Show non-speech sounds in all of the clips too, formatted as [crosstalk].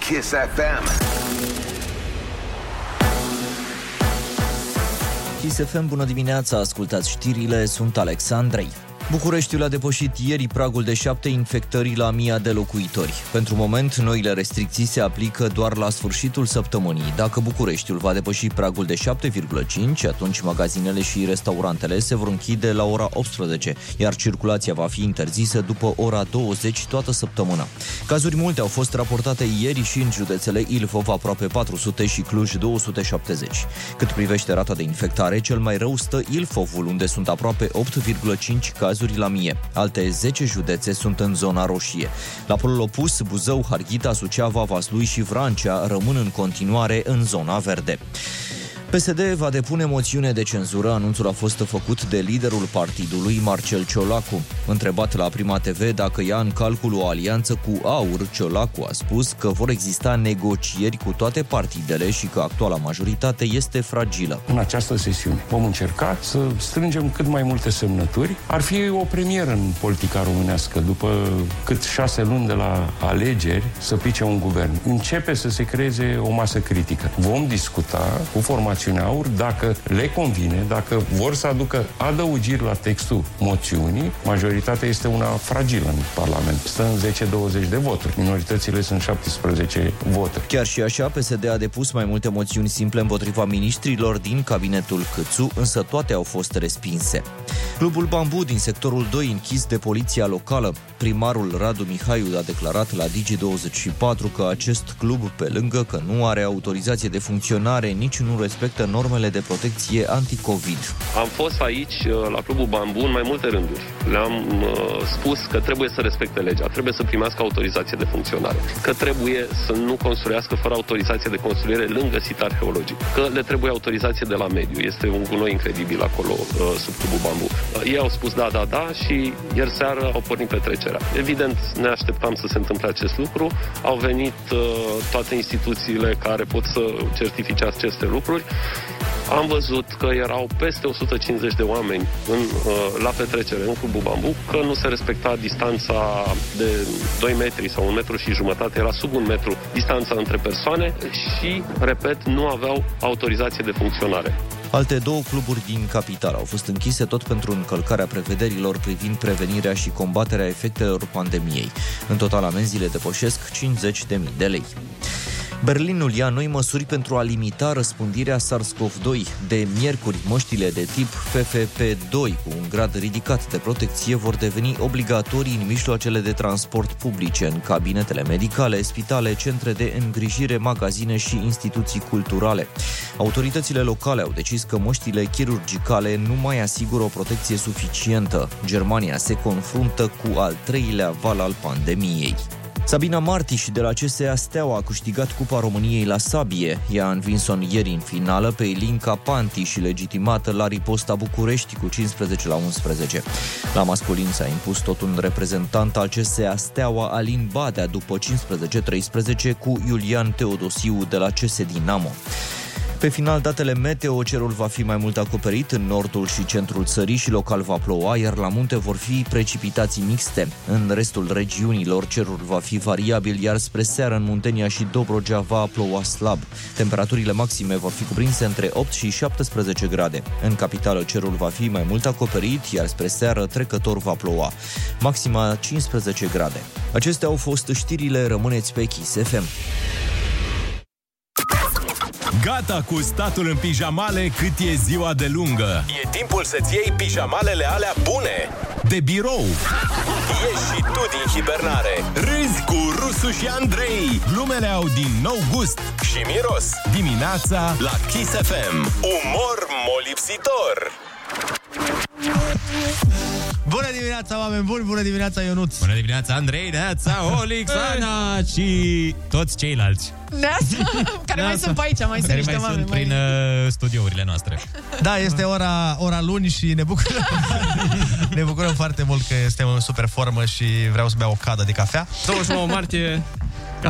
Kiss FM. Kiss FM, bună dimineața, ascultați știrile, sunt Alexandrei. Bucureștiul a depășit ieri pragul de șapte infectări la mia de locuitori. Pentru moment, noile restricții se aplică doar la sfârșitul săptămânii. Dacă Bucureștiul va depăși pragul de 7,5, atunci magazinele și restaurantele se vor închide la ora 18, iar circulația va fi interzisă după ora 20 deci toată săptămâna. Cazuri multe au fost raportate ieri și în județele Ilfov aproape 400 și Cluj 270. Cât privește rata de infectare, cel mai rău stă Ilfovul, unde sunt aproape 8,5 cazuri la mie. Alte 10 județe sunt în zona roșie. La polul opus, Buzău, Harghita, Suceava, Vaslui și Vrancea rămân în continuare în zona verde. PSD va depune moțiune de cenzură. Anunțul a fost făcut de liderul partidului, Marcel Ciolacu. Întrebat la Prima TV dacă ia în calcul o alianță cu AUR, Ciolacu a spus că vor exista negocieri cu toate partidele și că actuala majoritate este fragilă. Da, în această sesiune. Vom încerca să strângem cât mai multe semnături. Ar fi o premieră în politica românească, după cât șase luni de la alegeri, să pice un guvern. Începe să se creeze o masă critică. Vom discuta cu formațiunea AUR dacă le convine, dacă vor să aducă adăugiri la textul moțiunii. Majoritatea este una fragilă în Parlament. Stă în 10-20 de voturi. Minoritățile sunt 17 voturi. Exact. Chiar și așa, PSD a depus mai multe moțiuni simple împotriva miniștrilor din cabinetul Câțu, însă toate au fost respinse. Clubul Bambu din sectorul 2 închis de poliția locală. Primarul Radu Mihaiu a declarat la Digi24 că acest club, pe lângă că nu are autorizație de funcționare, nici nu respectă normele de protecție anticovid. Am fost aici uh, la Clubul Bambu în mai multe rânduri. Le-am uh, spus că trebuie să respecte legea, trebuie să primească autorizație de funcționare, că trebuie să nu construiască fără autorizație de construire lângă sit arheologic, că le trebuie autorizație de la mediu. Este un gunoi incredibil acolo uh, sub Clubul Bambu. Uh, Ei au spus da, da, da și ieri seară au pornit petrecerea. Evident, ne așteptam să se întâmple acest lucru. Au venit uh, toate instituțiile care pot să certifice aceste lucruri. Am văzut că erau peste 150 de oameni în, uh, la petrecere în Clubul Bambu, că nu se respecta distanța de 2 metri sau 1 metru și jumătate, era sub 1 metru distanța între persoane și, repet, nu aveau autorizație de funcționare. Alte două cluburi din capital au fost închise tot pentru încălcarea prevederilor privind prevenirea și combaterea efectelor pandemiei. În total, amenziile depășesc 50.000 de lei. Berlinul ia noi măsuri pentru a limita răspândirea SARS-CoV-2. De miercuri, măștile de tip FFP2 cu un grad ridicat de protecție vor deveni obligatorii în mijloacele de transport publice, în cabinetele medicale, spitale, centre de îngrijire, magazine și instituții culturale. Autoritățile locale au decis că măștile chirurgicale nu mai asigură o protecție suficientă. Germania se confruntă cu al treilea val al pandemiei. Sabina Martiș de la CSA Steaua a câștigat Cupa României la sabie. Ea a învins-o în ieri în finală pe Ilinca Panti și legitimată la riposta București cu 15 la 11. La masculin s-a impus tot un reprezentant al CSA Steaua, Alin Badea, după 15-13 cu Iulian Teodosiu de la CS Dinamo. Pe final, datele meteo, cerul va fi mai mult acoperit în nordul și centrul țării și local va ploua, iar la munte vor fi precipitații mixte. În restul regiunilor, cerul va fi variabil, iar spre seară în Muntenia și Dobrogea va ploua slab. Temperaturile maxime vor fi cuprinse între 8 și 17 grade. În capitală, cerul va fi mai mult acoperit, iar spre seară trecător va ploua. Maxima 15 grade. Acestea au fost știrile, rămâneți pe Kiss FM. Gata cu statul în pijamale cât e ziua de lungă. E timpul să-ți iei pijamalele alea bune. De birou. Ieși și tu din hibernare. Râzi cu Rusu și Andrei. Glumele au din nou gust. Și miros Dimineața la Kiss FM. Umor molipsitor. Bună dimineața, oameni buni! Bună dimineața, Ionuț! Bună dimineața, Andrei, Neața, Olix, Ana și toți ceilalți [laughs] Neața, care mai Neața. sunt pe aici, mai sunt care niște mai oameni. sunt prin mai- uh, studiourile noastre. Da, este ora, ora luni și ne bucurăm, [laughs] ne bucurăm foarte mult că suntem în super formă și vreau să beau o cadă de cafea. 29 martie,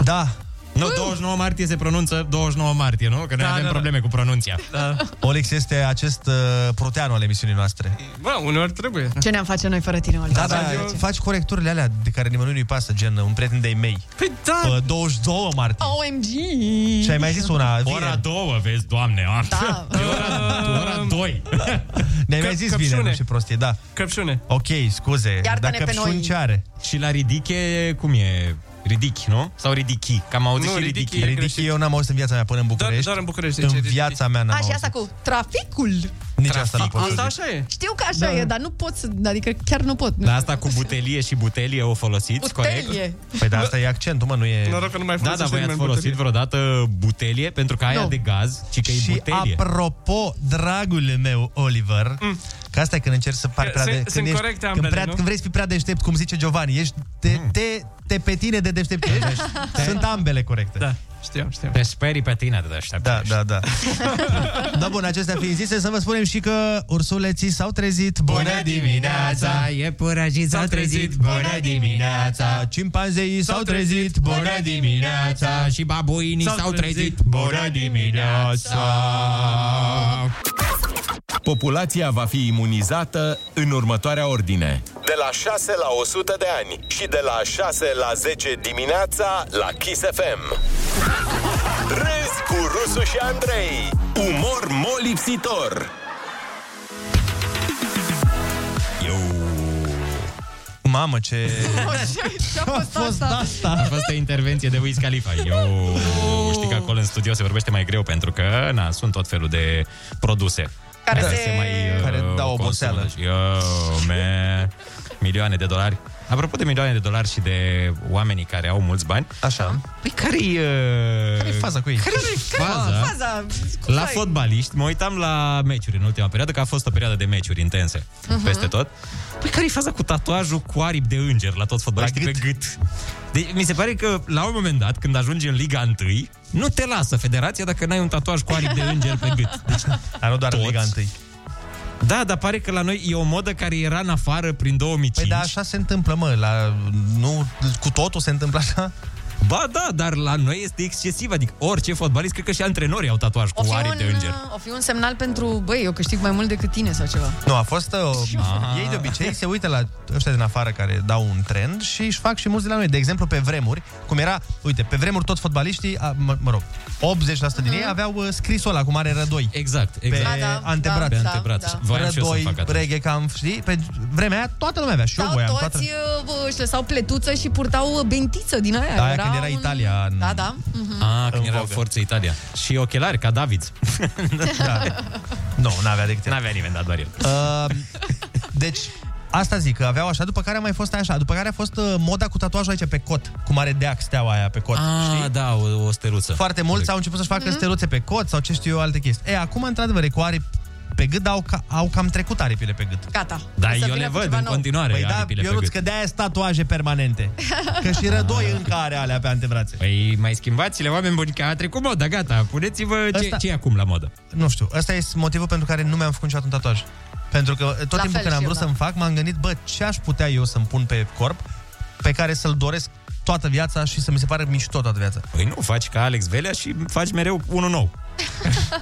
Da, Nu, 29 martie se pronunță 29 martie, nu? Că noi Da, avem da, da. probleme cu pronunția. Da. Olix este acest uh, proteanul al emisiunii noastre. Bă, uneori trebuie. Ce ne-am face noi fără tine, Oliver? Da, da, faci corecturile alea de care nimănui nu-i pasă, gen un prieten de-ai mei. Păi da. Pe 22 martie. OMG! Și ai mai zis una, vine. Ora două, vezi, doamne, am. Da. E ora, ora doi. [laughs] Ne-ai Că- mai zis căpșune. bine, nu și prostie, da. Căpșune. Ok, scuze, Iartă-ne pe dacă căpșuni noi. ce are? Și la ridiche, cum e? Ridichi, nu? Sau ridichi? Că am auzit Nu, și ridichi ridichi. Da, e- Ridic, greșit. eu n-am auzit în viața mea până în Doar, București. doar în București. în zice, viața mea n-am A, și auzit. asta cu traficul. Nici asta nu pot Asta să Da. zic. așa e. Știu că așa e, dar nu pot să... Adică chiar nu pot. Nu La asta cu butelie și butelie o folosiți, corect? Butelie. Păi da, asta e accentul, mă, nu e... Noroc că nu mai Da, folosește dar voi ați nimeni folosit butelie. vreodată butelie? Pentru că aia Nu. de gaz, ci că e și butelie. apropo, dragul meu, Oliver, mm. că asta e când încerci să pari Că prea de... sunt- Când, sunt ești, corecte când, ambele, prea, nu? când vrei să fii prea deștept, cum zice Giovanni, ești te, te, Mm. te pe tine de deștept. ești. sunt ambele corecte. Da, știam, știam. Te sperii pe tine de aștept. Da, da, da. da, bun, acestea fiind zise, să vă spunem și că ursuleții s-au trezit. Bună Da, dimineața, e purajit, s-au trezit, bună dimineața Cimpanzeii s-au trezit. Bună dimineața Și babuinii s-au trezit [laughs] Bună dimineața Populația va fi imunizată în următoarea ordine. De la 6 la 100 de ani și de la 6 la 10 dimineața la Kiss FM. Râs cu Rusu și Andrei. Umor molipsitor. Mamă, [laughs] ce... Ce-a fost asta? A fost o intervenție de Wiz Khalifa Eu știi că acolo în studio se vorbește mai greu Pentru că, na, sunt tot felul de produse Care se- uh, Care dau consumă. oboseală. Deci, Yo, man, milioane de dolari Apropo de milioane de dolari și de oamenii care au mulți bani Așa. Păi care-i... Uh... Care-i faza cu ei? Care-i faza? Faza. Cum La ai? fotbaliști, mă uitam la meciuri în ultima perioadă, că a fost o perioadă de meciuri intense uh-huh. peste tot. Păi care-i faza cu tatuajul cu aripi de înger la toți fotbaliștii La pe gât? gât? Deci, mi se pare că la un moment dat, când ajungi în Liga 1, nu te lasă federația dacă n-ai un tatuaj cu aripi de înger pe gât. Deci, Dar nu doar în Toți? Liga 1. da, dar pare că la noi e o modă care era în afară prin 2005. Păi da, așa se întâmplă, mă, la... Nu, cu totul se întâmplă așa? Ba da, dar la noi este excesiv. Adică orice fotbalist, cred că și antrenorii au tatuaj O cu fi, aripi un, uh, de înger. o fi un semnal pentru, băi, eu câștig mai mult decât tine sau ceva. Nu, a fost... Uh, Ah. ei de obicei se uită la ăștia din afară care dau un trend și își fac și mulți de la noi. De exemplu, pe vremuri, cum era... Uite, pe vremuri toți fotbaliștii, a, mă, mă rog, 80% din ei aveau uh, scrisul ăla cu mare rădoi. Exact, Pe exact. Mm-hmm. da, antebraț. Pe da, antebraț. da. Voiam și eu să rădoi, fac atunci. reghe, cam, știi? Pe vremea aia toată lumea avea și eu Sau voiam. toți Toată... toată... își lăsau pletuță și purtau uh, bentiță din aia. Da, aia când era Italia în- Da, da. Mhm. Ah, când În era vogă. Forță Italia. Și ochelari, ca David. Da. [laughs] Nu, n-avea decât el. N-avea nimeni, dar doar el. Uh, deci, asta zic, că aveau așa, după care a mai fost aia așa, după care a fost uh, moda cu tatuajul aici pe cot, cu mare deac steaua aia pe cot, Ah, știi? da, o, o steluță. Foarte mulți au început să-și facă Mhm. steluțe pe cot sau ce știu eu, alte chestii. E, acum, într-adevăr, e cu aripi pe gât, dar au, ca, au cam trecut aripile pe gât. Gata. Dar O să Da, eu vină le cu văd ceva în nou. continuare Păi da, aripile pe Ionuț, gât. Ah. că de-aia tatuaje permanente. Că și rădoi încă are alea pe antebrațe. Păi mai schimbați-le, oameni buni, că a trecut moda, gata. Puneți-vă ce, Ăsta- ce e acum la modă. Nu știu, ăsta e motivul pentru care nu mi-am făcut niciodată un tatuaj. Pentru că tot La timpul fel când am și vrut eu, da. să-mi fac, m-am gândit, bă, ce aș putea eu să-mi pun pe corp pe care să-l doresc toată viața și să mi se pare mișto toată viața. Exact. Păi nu, faci ca Alex Velea și faci mereu unul nou.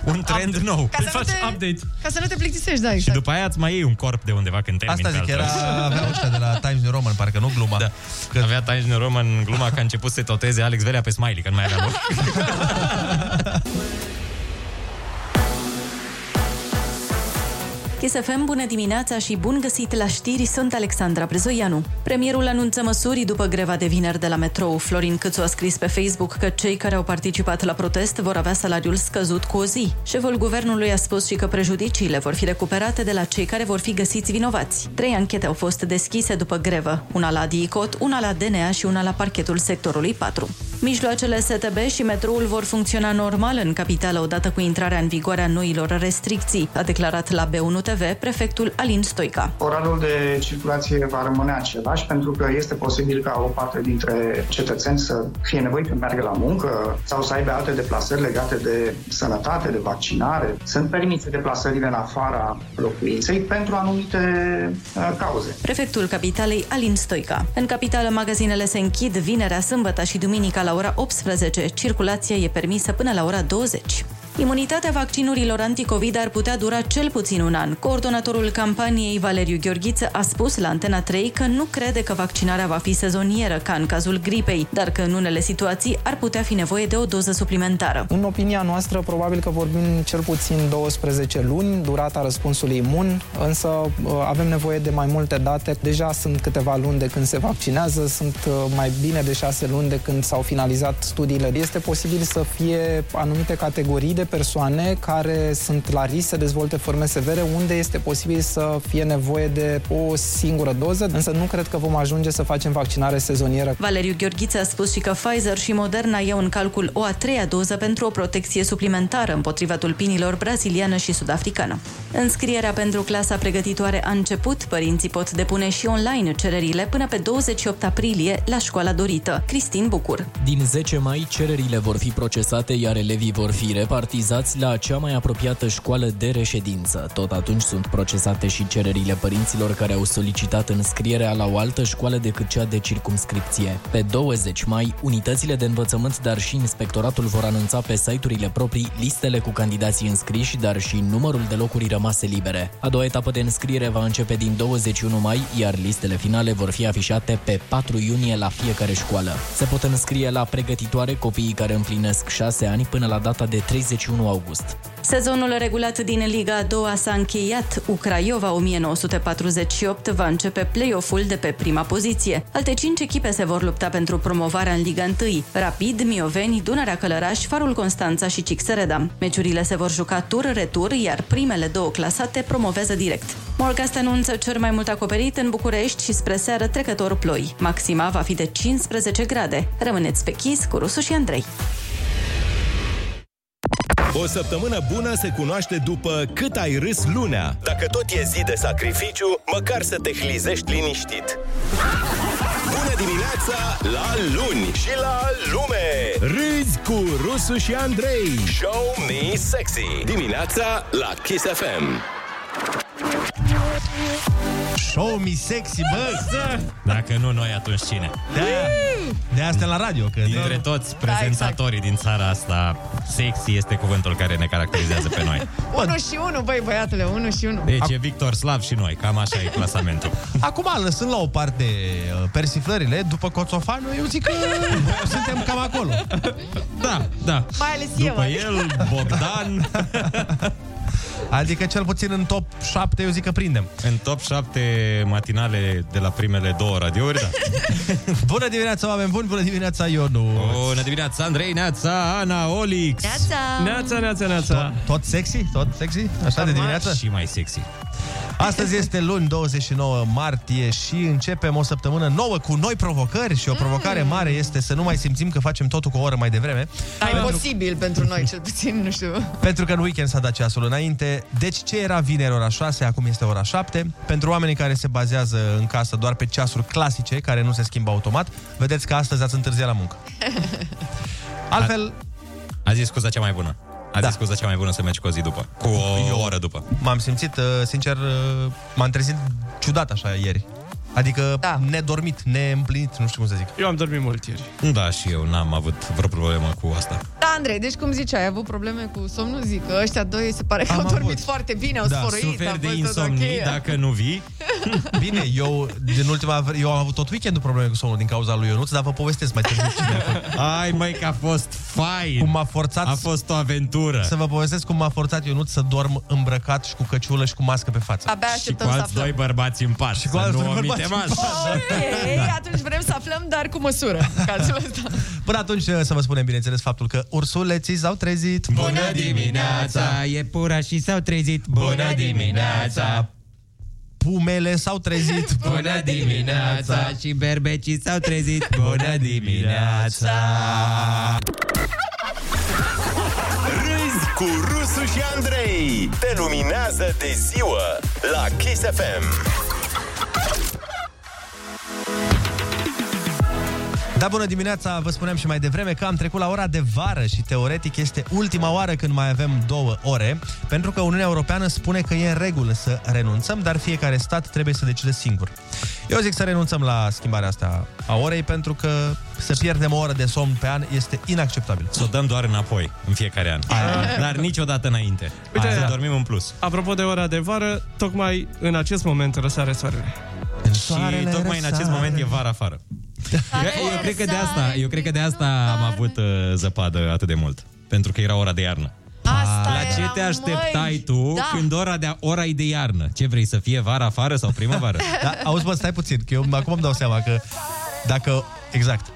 un trend nou. Ca Îi să, nu faci te, update. ca să nu te plictisești, da, Și exact. după aia îți mai iei un corp de undeva când termin. Asta zic, pe era, altfel. avea ăștia de la Times New Roman, parcă nu gluma. Da. Că avea Times New Roman gluma că a început să se toteze Alex Velea pe Smiley, că nu mai avea loc. Kiss FM, bună dimineața și bun găsit la știri, sunt Alexandra Brezoianu. Premierul anunță măsuri după greva de vineri de la metrou. Florin Câțu a scris pe Facebook că cei care au participat la protest vor avea salariul scăzut cu o zi. Șeful guvernului a spus și că prejudiciile vor fi recuperate de la cei care vor fi găsiți vinovați. Trei anchete au fost deschise după grevă, una la DICOT, una la DNA și una la parchetul sectorului 4. Mijloacele STB și metroul vor funcționa normal în capitală odată cu intrarea în vigoare a noilor restricții, a declarat la B1 TV prefectul Alin Stoica. Orarul de circulație va rămâne același pentru că este posibil ca o parte dintre cetățeni să fie nevoiți să meargă la muncă sau să aibă alte deplasări legate de sănătate, de vaccinare. Sunt permise deplasările în afara locuinței pentru anumite uh, cauze. Prefectul capitalei Alin Stoica. În capitală, magazinele se închid vinerea, sâmbătă și duminica la la ora 18. Circulația e permisă până la ora 20. Imunitatea vaccinurilor anticovid ar putea dura cel puțin un an. Coordonatorul campaniei Valeriu Gheorghiță a spus la Antena 3 că nu crede că vaccinarea va fi sezonieră, ca în cazul gripei, dar că în unele situații ar putea fi nevoie de o doză suplimentară. În opinia noastră, probabil că vorbim cel puțin 12 luni, durata răspunsului imun, însă uh, avem nevoie de mai multe date. Deja sunt câteva luni de când se vaccinează, sunt uh, mai bine de 6 luni de când s-au finalizat studiile. Este posibil să fie anumite categorii de persoane care sunt la risc să dezvolte forme severe, unde este posibil să fie nevoie de o singură doză, însă nu cred că vom ajunge să facem vaccinare sezonieră. Valeriu Gheorghiță a spus și că Pfizer și Moderna iau în calcul o a treia doză pentru o protecție suplimentară împotriva tulpinilor braziliană și sudafricană. Înscrierea pentru clasa pregătitoare a început, părinții pot depune și online cererile până pe 28 aprilie la școala dorită. Cristin Bucur. Din 10 mai, cererile vor fi procesate, iar elevii vor fi repartizați la cea mai apropiată școală de reședință. Tot atunci sunt procesate și cererile părinților care au solicitat înscrierea la o altă școală decât cea de circumscripție. Pe 20 mai, unitățile de învățământ, dar și inspectoratul vor anunța pe site-urile proprii listele cu candidații înscriși, dar și numărul de locuri rămase libere. A doua etapă de înscriere va începe din 21 mai, iar listele finale vor fi afișate pe 4 iunie la fiecare școală. Se pot înscrie la pregătitoare copiii care împlinesc 6 ani până la data de 31 august. Sezonul regulat din Liga a doua s-a încheiat. Ucraiova 1948 va începe play-off-ul de pe prima poziție. Alte cinci echipe se vor lupta pentru promovarea în Liga 1. Rapid, Mioveni, Dunărea Călăraș, Farul Constanța și Cixereda. Meciurile se vor juca tur-retur, iar primele două clasate promovează direct. Morgast anunță cel mai mult acoperit în București și spre seară trecător ploi. Maxima va fi de 15 grade. Rămâneți pe chis cu Rusu și Andrei. O săptămână bună se cunoaște după cât ai râs lunea. Dacă tot e zi de sacrificiu, măcar să te hlizești liniștit. Bună dimineața la luni și la lume! Râzi cu Rusu și Andrei. Show me sexy! Dimineața la Kiss FM. Show me sexy, bă! Dacă nu noi, atunci cine? Da. De asta la radio, că Dintre toți prezentatorii din țara asta, sexy este cuvântul care ne caracterizează pe noi. 1 și 1, băi băiatule, 1 și 1. Deci e Victor Slav și noi, cam așa e clasamentul. Acum, lăsând la o parte uh, persiflările, după Coțofană, eu [laughs] zic că suntem cam acolo. Da, da. Mai ales eu. După adică. el, [laughs] Bogdan. [laughs] Adică cel puțin în top 7, eu zic că prindem. În top 7 matinale de la primele două radiouri, da. Bună dimineața, oameni buni! Bună dimineața, Ionu! [laughs] Bună dimineața, Andrei, Neața, Ana, Olix. Neața! Neața, neața, neața! Tot, tot sexy? Tot sexy? Așa de dimineață? Și mai sexy. Astăzi este luni 29 martie și începem o săptămână nouă cu noi provocări și o provocare mare este să nu mai simțim că facem totul cu o oră mai devreme. Dar imposibil pentru noi, cel puțin, nu știu. Pentru că în weekend s-a dat ceasul înainte. Deci ce era vineri ora 6, acum este ora 7. Pentru oamenii care se bazează în casă doar pe ceasuri clasice, care nu se schimbă automat, vedeți că astăzi ați întârziat la muncă. Altfel... A zis scuza cea mai bună. A da. zis scuza cea mai bună să mergi cu o zi după. Cu o Eu... oră după. M-am simțit, uh, sincer, uh, m-am trezit ciudat așa ieri. Adică da. nedormit, neîmplinit, nu știu cum să zic. Eu am dormit mult ieri. Da, și eu n-am avut vreo problemă cu asta. Da, Andrei, deci cum ziceai, ai avut probleme cu somnul? Zic că ăștia doi se pare că Am au dormit avut. foarte bine, au da, sfărăit. a suferi de fost tot insomnii ok. [laughs] dacă nu vii. Bine, eu din ultima eu am avut tot weekendul probleme cu somnul din cauza lui Ionuț, dar vă povestesc mai târziu cine a fost. Ai, măi, că a fost fain. Cum m-a forțat A fost o aventură. să vă povestesc cum m-a forțat Ionuț să dorm îmbrăcat și cu căciulă și cu mască pe față. Abia Și cu așteptăm să alți aflăm. doi bărbați în pași. Și cu alți doi bărbați în Da. Ok, atunci vrem să aflăm, dar cu măsură, în cazul ăsta. Până atunci să vă spunem, bineînțeles, faptul că ursuleții s-au trezit. e pura și s-au trezit. Bună dimineața! Pumele s-au trezit. Și berbecii s-au trezit. Bună dimineața! Râzi cu Rusu și Andrei. Te luminează de ziua la Kiss FM. Da, bună dimineața! Vă spuneam și mai devreme că am trecut la ora de vară și teoretic este ultima oară când mai avem două ore, pentru că Uniunea Europeană spune că e în regulă să renunțăm, dar fiecare stat trebuie să decide singur. Eu zic să renunțăm la schimbarea asta a orei, pentru că să pierdem o oră de somn pe an este inacceptabil. Să o dăm doar înapoi în fiecare an. Dar niciodată înainte. Uite, Uite, să da. dormim în plus. Apropo de ora de vară, tocmai în acest moment răsare soarele. Și tocmai în acest moment e vară afară. Eu cred că de asta, eu cred că de asta am avut uh, zăpadă atât de mult. Pentru că era ora de iarnă. Ah, Asta La ce te așteptai tu da. când ora de, ora e de iarnă? Ce vrei să fie vara afară sau primăvară? Da, auzi, mă, stai puțin, că eu acum îmi dau seama că dacă... Exact.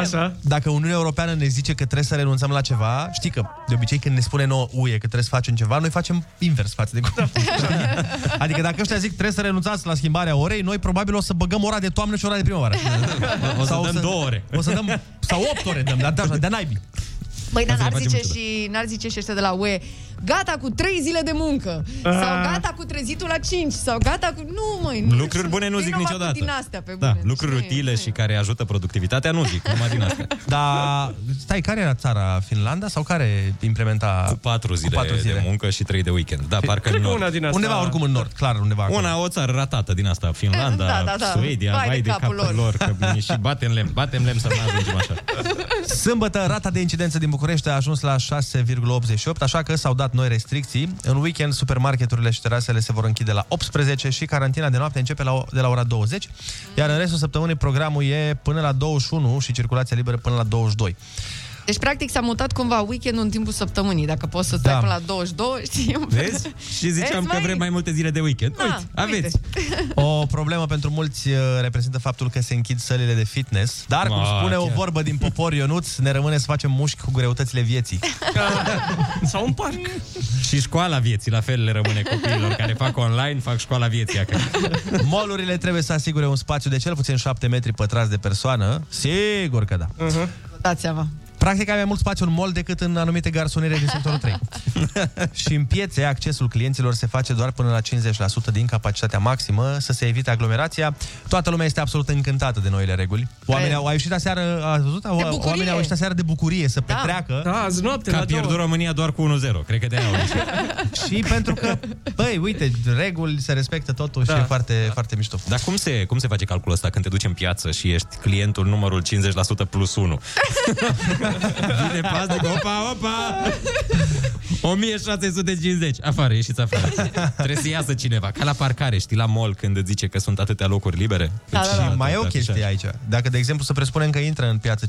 Așa. Dacă Uniunea Europeană ne zice că trebuie să renunțăm la ceva, știi că de obicei când ne spune nouă UE că trebuie să facem ceva, noi facem invers față de cum. [laughs] adică dacă ăștia zic trebuie să renunțați la schimbarea orei, noi probabil o să băgăm ora de toamnă și ora de [laughs] primăvară. O să dăm două ore. O să dăm, sau opt ore dăm, dar de, de naibii. Băi, dar Asta n-ar ne zice, facem și, n-ar zice și ăștia de la UE Gata cu trei zile de muncă Sau Ah. gata cu trezitul la 5 Sau gata cu... Nu, măi, nu Lucruri bune nu zic Vinovat cu niciodată. din astea, pe da, bune. lucruri utile și care ajută productivitatea nu zic, numai din astea. [laughs] Dar stai, care era țara? Finlanda sau care implementa cu patru zile, patru zile. de muncă și trei de weekend. Da, parcă Cred în că nord. una din asta- Undeva oricum în nord, clar undeva acolo. Una, o țară ratată din asta, Finlanda, Da, da, da. Suedia, vai, de capul, lor. că [laughs] ne și batem lemn, batem lemn să nu ajungem așa. Sâmbătă, rata de incidență din București a ajuns la 6,88, așa că s-au dat noi restricții. În weekend, supermarketurile și terasele se vor închide la 18 și carantina de noapte începe la, o- de la ora 20, iar în restul săptămânii programul e până la 21 și circulația liberă până la 22. Deci, practic, s-a mutat cumva weekendul în timpul săptămânii Dacă poți să stai Da. până la 22, [laughs] știi? Vezi? Și ziceam Vezi, că mai- vrem mai multe zile de weekend. Da, Uite, aveți. O problemă pentru mulți uh, reprezintă faptul că se închid sălile de fitness, dar, cum Ma, spune o chiar. vorbă din popor Ionuț, ne rămâne să facem mușchi cu greutățile vieții. Sau un parc. Și școala vieții, la fel le rămâne copiilor care fac online, fac școala vieții acasă. Molurile trebuie să asigure un spațiu de cel puțin 7 metri pătrați de persoană. Sigur că da. Uh-huh. Dați seama Practic ai mai mult spațiu în mall decât în anumite garsoniere din sectorul [laughs] 3. și în piețe, accesul clienților se face doar până la 50% din capacitatea maximă, să se evite aglomerația. Toată lumea este absolut încântată de noile reguli. Oamenii E. au, au ieșit aseară, ați văzut? Au, Păi, bucurie. oamenii au ieșit aseară de bucurie să petreacă. Da, azi noapte Că a la la pierdut [laughs] două. România doar cu 1-0, cred că de aia și pentru că, [laughs] băi, uite, reguli se respectă totul da. și e foarte, da. foarte mișto. Dar cum se, cum se face calculul ăsta când te duci în piață și ești clientul numărul 50% plus [laughs] 1? Vine paznic, [laughs] opa, opa! 1650, afară, ieșiți afară. [laughs] Trebuie să iasă cineva, ca la parcare, știi, la mall când îți zice că sunt atâtea locuri libere. Da, da, da. Și mai e o chestie aici. Dacă, de exemplu, să presupunem că intră în piață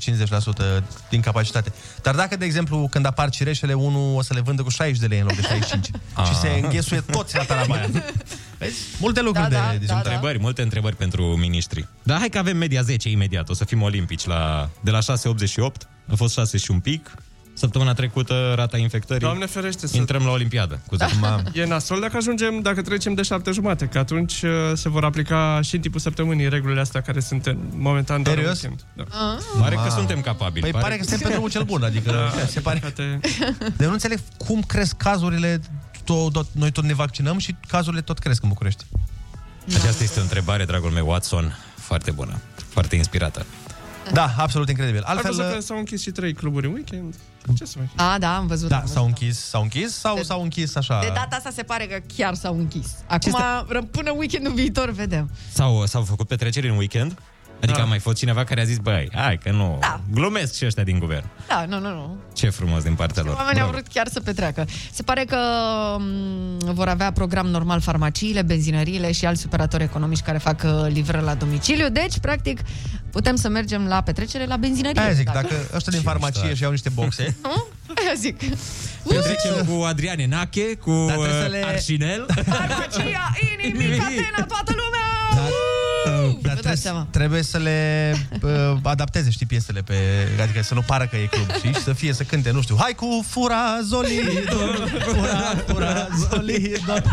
50% din capacitate, dar dacă, de exemplu, când apar cireșele, unul o să le vândă cu 60 de lei în loc de 65 și Ah. se înghesuie toți la tarabaia. Vezi? Multe lucruri de, de da, întrebări, multe întrebări pentru miniștri. Dar hai că avem media 10 imediat, o să fim olimpici la, de la 6,88, a fost 6 și un pic. Săptămâna trecută rata infectării. Doamne ferește să- Intrăm la olimpiadă [laughs] cu da. E nasol dacă ajungem, dacă trecem de șapte jumate, că atunci uh, se vor aplica și în timpul săptămânii regulile astea care sunt în momentan doar în Serios? weekend. Da. Pare că suntem capabili. Păi pare, că suntem pe drumul cel bun, adică Da, se pare... De Deci nu înțeleg cum cresc cazurile, tot, tot, noi tot ne vaccinăm și cazurile tot cresc în București. Aceasta este o întrebare, dragul meu, Watson, foarte bună, foarte inspirată. Da, absolut incredibil. Altfel... Altfel, uh, Acum s-au închis și trei cluburi în weekend. Ce să mai A, da, am văzut da, s-au închis, s-au închis sau s-au închis așa? De data asta se pare că chiar s-au închis Acum, ră- până weekendul viitor, vedem S-au, s-au făcut petreceri în weekend? Adică da. a mai fost cineva care a zis, băi, hai că nu, da. glumesc și ăștia din guvern. Da, nu, nu, nu Ce frumos din partea lor. Da. Oamenii au Bravo. vrut chiar să petreacă. Se pare că m, vor avea program normal farmaciile, benzinăriile și alți operatori economici care fac uh, livrări la domiciliu. Deci, practic, putem să mergem la petrecere la benzinărie. Aia zic, dacă ăștia din farmacie mișto. și iau niște boxe, Nu? Aia zic. Petrecem cu Adrian Enache, cu da, trebuie să le- Arșinel. Farmacia, inimii, catena, toată lumea! Dar trebuie, trebuie să le uh, adapteze, știi, piesele pe... Adică să nu pară că e club, știi? Și să fie, să cânte, nu știu, hai cu fura zolidor, fura, fura zolidor.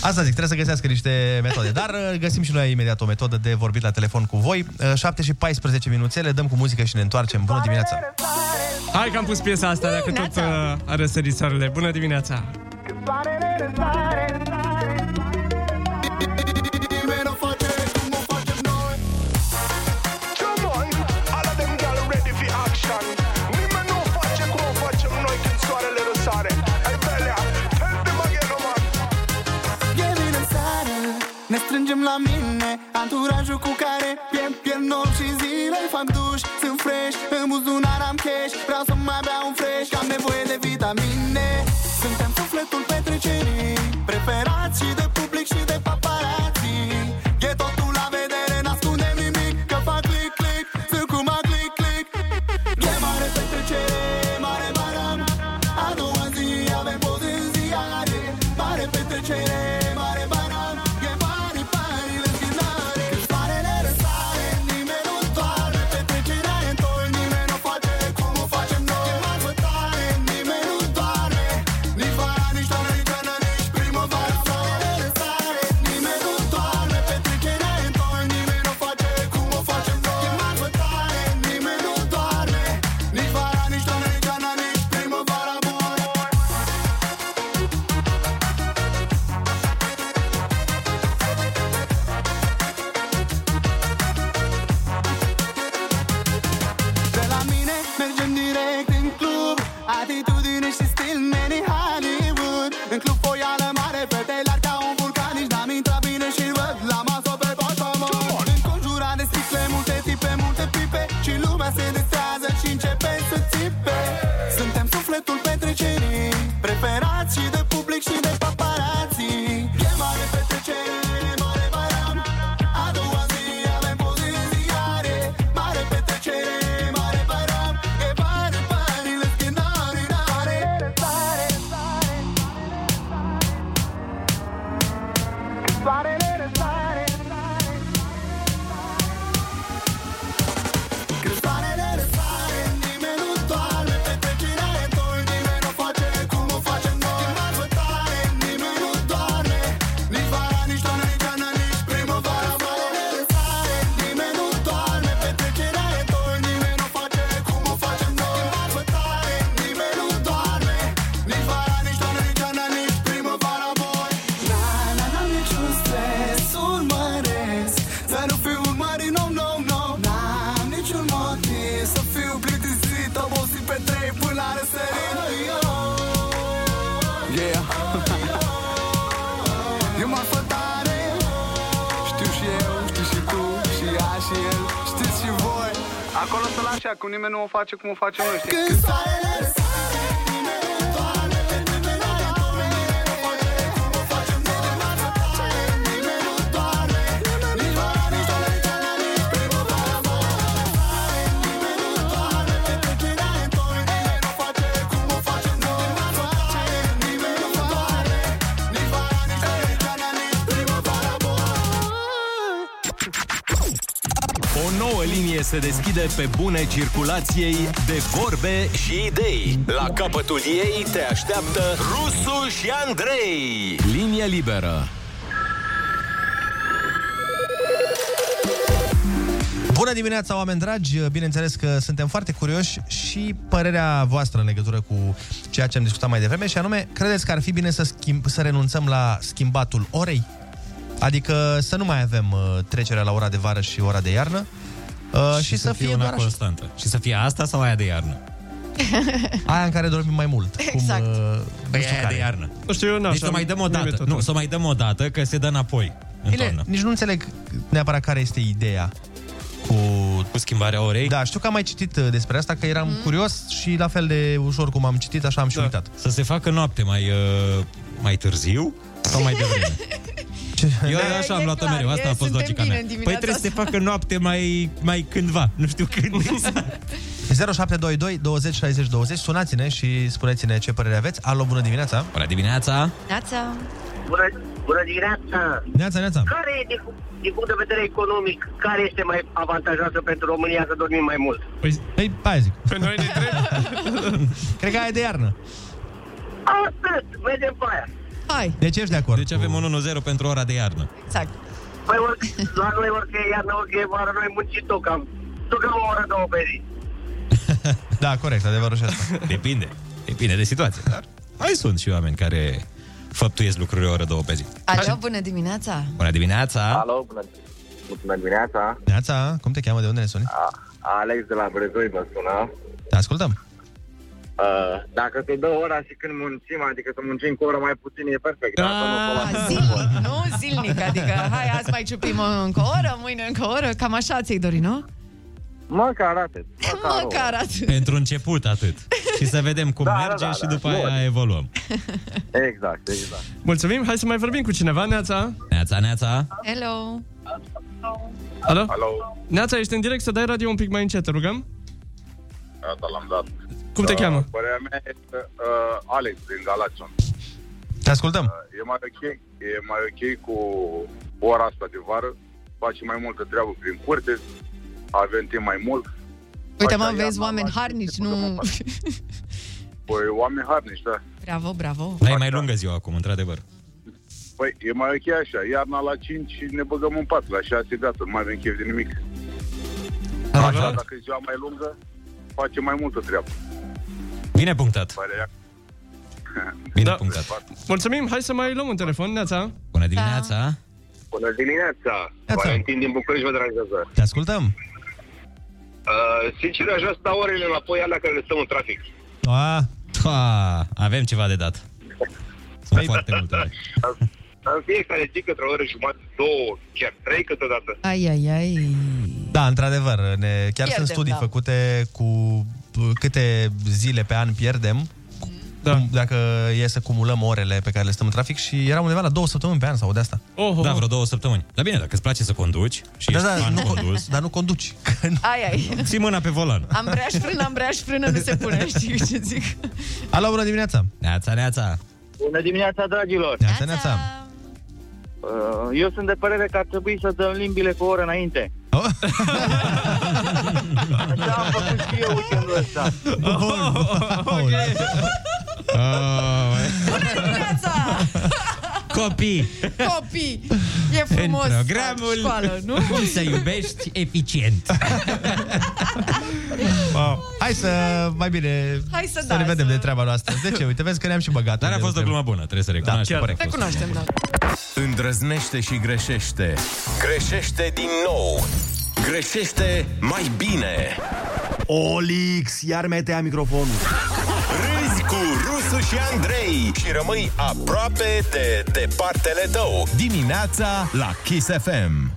Asta zic, trebuie să găsească niște metode. Dar uh, găsim și noi imediat o metodă de vorbit la telefon cu voi. Uh, 7 și 14 minuțele, dăm cu muzică și ne întoarcem. Bună dimineața! Hai că am pus piesa asta, dacă tot uh, a răsărit soarele. Bună dimineața! Ne strângem la mine Anturajul cu care pierd, pierd nopți și zile am duș, sunt fresh În buzunar am cash, vreau să mai beau un fresh Că am nevoie de vitamine Suntem sufletul petrecerii Preferați și de public și de paparazzi E totul la vedere, n-ascundem nimic Că fac click, click, sunt cum a click, click E mare petrecere, mare baram A doua zi avem poze în ziare Mare petrecere, mare baram E mare pari, le schimare Când soarele răsare, nimeni nu doarme Petrecerea e în tol, nimeni nu face cum o facem noi E marfă tare, nimeni nu doarme Nici vara, nici toamnă, nici iarnă, nici primăvară Soarele răsare, nimeni nu doarme Petrecerea e în tol, nimeni nu face cum o facem noi E marfă tare, nimeni nu doarme Nici vara, nici toamnă, nici iarnă, nici primăvara bună De la mine mergem direct în club Atitudine și stil nenei Hollywood În club foială mare, fete larg ca un vulcan Nici n-am intrat bine și văd la masă pe Baltimore Înconjurat de sticle, multe tipe, multe pipe Și lumea se distrează și începe să țipe Suntem sufletul petrecerii Preferați și de public și de paparazzi E mare petrecere, mare baram A doua zi avem poze în ziare Mare petrecere, mare baram E mare pari, let's get naughty, naughty Tare, tare, Soarele răsare Când soarele răsare Nimeni nu doarme Petrecerea e doi Nimeni nu face cum o facem noi E marfă tare Nimeni nu doarme Nici vara, nici toamnă, nici iarnă, nici primăvara Soarele răsare Nimeni nu doarme Petrecerea e doi Nimeni nu face cum o facem noi E marfă tare Nimeni nu doarme Nici vara, nici toamnă, nici iarnă, nici primăvara boy Na, na, n-am niciun stres Urmăresc Să nu fiu urmărit, no, no, no N-am niciun motiv Să fiu plictisit Obosit pe trei până la răsărit Yeah [laughs] E marfă tare Știu și eu, știu și tu Și ea și el, știți și voi Acolo să-l așa, cum nimeni nu o face cum o facem noi, știi? Când soarele răsare O nouă linie se deschide pe bune circulației de vorbe și idei. La capătul ei te așteaptă Rusu și Andrei. Linie liberă. Bună dimineața, oameni dragi! Bineînțeles că suntem foarte curioși și părerea voastră în legătură cu ceea ce am discutat mai devreme și anume, credeți că ar fi bine să, schimb, să renunțăm la schimbatul orei? Adică să nu mai avem uh, trecerea la ora de vară [laughs] și ora de iarnă uh, și, și să, să fie, una doar așa. constantă. Și să fie asta sau aia de iarnă? Aia în care dormim mai mult. Exact. Cum, uh, Păi aia de iarnă. Nu știu, eu n-aș Deci să am- mai dăm o nu-mi e dată. tot Nu, una. să mai dăm o dată, că se dă înapoi. În Bine, toamnă. nici nu înțeleg neapărat care este ideea cu... Cu schimbarea orei? Da, știu că am mai citit uh, despre asta, că eram mm. curios și la fel de ușor cum am citit, așa am și da. uitat. Să se facă noapte mai, uh, mai târziu sau mai devreme? [laughs] Eu Da, așa e am luat-o clar, mereu, asta e- a fost suntem logica bine mea. în Păi dimineața trebuie să se asta. facă noapte mai, mai cândva, nu știu [laughs] când exact. 0722 20 60 20 Sunați-ne și spuneți-ne ce părere aveți Alo, bună dimineața Bună dimineața Neața. Bună, bună dimineața! Neața, neața Care e, din, punct- din punct de vedere economic, care este mai avantajoasă pentru România să dormim mai mult? Păi, păi hai zic Pe noi ne trebuie [laughs] Cred că aia e de iarnă Atât! Mergem pe aia! Hai! Deci ești de acord Deci avem un 1-0 pentru ora de iarnă. Exact. Păi oric, la noi orică e iarnă, orică e vară, noi muncim tot cam, tot cam o oră, două pe zi. Da, corect, adevărul și asta Depinde, depinde de situație, dar mai sunt și oameni care făptuiesc lucruri o oră, două pe zi. Alo, bună dimineața! Bună dimineața! Alo, bună, bună dimineața. Neața, cum te cheamă, de unde ne suni? A, Alex de la Brezoi vă sună. Te ascultăm Uh, dacă se dă ora și când muncim, adică să muncim cu o oră mai puțin, e perfect. Da, zilnic, nu? Zilnic, adică hai, azi mai ciupim încă o oră, mâine încă o oră, cam așa ți-ai dori, nu? Măcar atât. Măcar, Măcar atât. Pentru început atât. Și să vedem cum da, merge da, da, și după da, aia evoluăm. Exact, exact. Mulțumim, hai să mai vorbim cu cineva, Neața. Neața, Neața. Hello! Alo? Neața, ești în direct să dai radio un pic mai încet, te rugăm? Gata, l-am dat. Cum te Uh, cheamă? Părerea mea este uh, Alex din Galațion. Uh, Te ascultăm. E mai ok, e mai ok cu ora asta de vară. Facem mai multă treabă prin curte, avem timp mai mult. Uite, mă, vezi oameni harnici, nu... Păi oameni harnici, da. [laughs] bravo, bravo. Da, e mai lungă ziua acum, într-adevăr. Păi e mai ok așa, iarna la 5 ne băgăm în pat, la 6 gata, nu mai avem chef de nimic. Așa, dacă e ziua mai lungă, facem mai multă treabă. Bine punctat. Părerea. Bine da. punctat. Mulțumim, hai să mai luăm un telefon, Neața. Bună dimineața. Bună dimineața! Valentin din București vă deranjează. Te ascultăm. Uh, sincer, aș vrea să dau orele înapoi alea care le stăm în trafic. A, a, avem ceva de dat. Sunt foarte multe. [laughs] ore. În fiecare zi, către o oră jumătate, două, chiar trei câteodată. Ai, ai, ai. Da, într-adevăr, ne, chiar Pierdem, sunt studii da. făcute cu p- câte zile pe an pierdem da. cum, dacă e să cumulăm orele pe care le stăm în trafic și era undeva la două săptămâni pe an sau de asta. Oh, da, vreo două săptămâni. Dar bine, dacă îți place să conduci și Da, ești da, fan nu, condus, dar nu conduci. Ai, ai. ții mâna pe volan. Ambreaj frână, ambreaj frână, nu se pune, știi ce zic. Alo, bună dimineața! Neața, neața! Bună dimineața, dragilor! Neața, neața! Uh, Eu sunt de părere că ar trebui să dăm limbile cu o oră înainte. Oh, [laughs] Așa am făcut și eu weekendul ăsta. Copii! Copii, e frumos. În programul Școală, nu? Să iubești eficient. Wow. Hai să, mai bine, Hai să să da, ne vedem de treaba noastră. De ce? Uite, vezi că ne-am și băgat. Dar a unde fost o nu glumă bună, trebuie să recunoaștem. chiar. corect. Recunoaștem, da. Îndrăznește și greșește. Greșește din nou. Greșește mai bine. Olix, iar metea microfonul. Râzi cu Rusu și Andrei și rămâi aproape de departele tău. Dimineața la Kiss FM.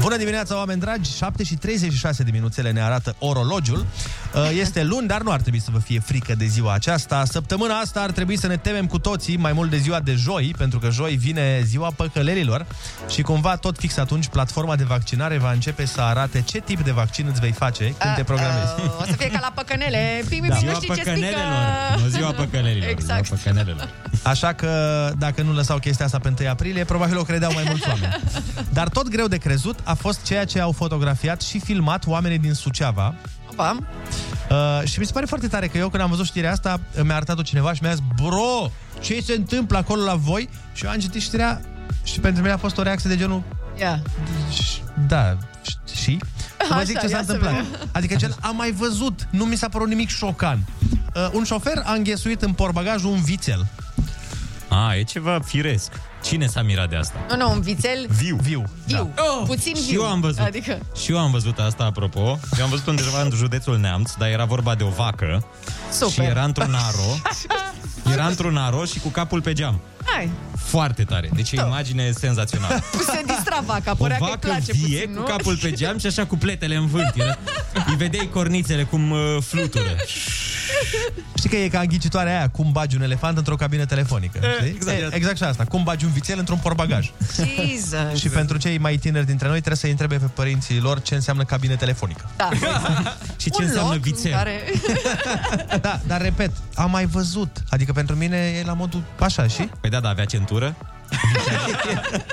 Bună dimineața, oameni dragi! 7 și 36 de minuțele ne arată orologiul. Uh, Este luni, dar nu ar trebui să vă fie frică de ziua aceasta. Săptămâna asta ar trebui să ne temem cu toții mai mult de ziua de joi, pentru că joi vine ziua păcălerilor și cumva tot fix atunci platforma de vaccinare va începe să arate ce tip de vaccin îți vei face când te programezi. Uh, O să fie ca la păcănele. Pim, pim, Da. pim, nu Ziua știi ce spică. păcănelelor, nu [laughs] ziua păcănelelor, Exact. ziua păcănelelor. Așa că dacă nu lăsau chestia asta pe 1 aprilie, probabil o credeau mai mulți oameni. Dar tot greu de crezut a fost ceea ce au fotografiat și filmat oamenii din Suceava. Opa. Uh, și mi se pare foarte tare că eu când am văzut știrea asta, mi-a arătat-o cineva și mi-a zis, bro, ce se întâmplă acolo la voi? Și eu am citit știrea și pentru mine a fost o reacție de genul, [laughs] Ia. da, ș- și? Să vă Așa, zic ce s-a ia să întâmplat. vedem. Adică cel am mai văzut, nu mi s-a părut nimic șocant. Uh, un șofer a înghesuit în porbagaj un vițel. A, e ceva firesc. Cine s-a mirat de asta? Nu, nu, un vițel Viu. Viu. Da. viu. Oh, Puțin viu. Și eu am văzut. Adică... Și eu am văzut asta, apropo. Eu am văzut undeva în județul Neamț, dar era vorba de o vacă. Super. Și era într-un aro. Era într-un aro și cu capul pe geam. Hai, Foarte tare. Deci e imagine senzațională. se distra vaca, O părea că îi vacă place vie puțin, cu nu? capul pe geam și așa cu pletele în vânt. Era... Îi vedeai cornițele cum uh, flutură. Știi că e ca înghicitoarea aia, cum bagi un elefant într-o cabină telefonică. E, știi? exact. E, exact și asta, cum bagi un vițel într-un porbagaj. Jesus. și pentru cei mai tineri dintre noi trebuie să-i întrebe pe părinții lor ce înseamnă cabină telefonică. Da. Și ce un înseamnă loc în vițel? Care... [laughs] Da, dar repet, am mai văzut. Adică pentru mine e la modul așa, și? Păi da, da, avea centură. [laughs]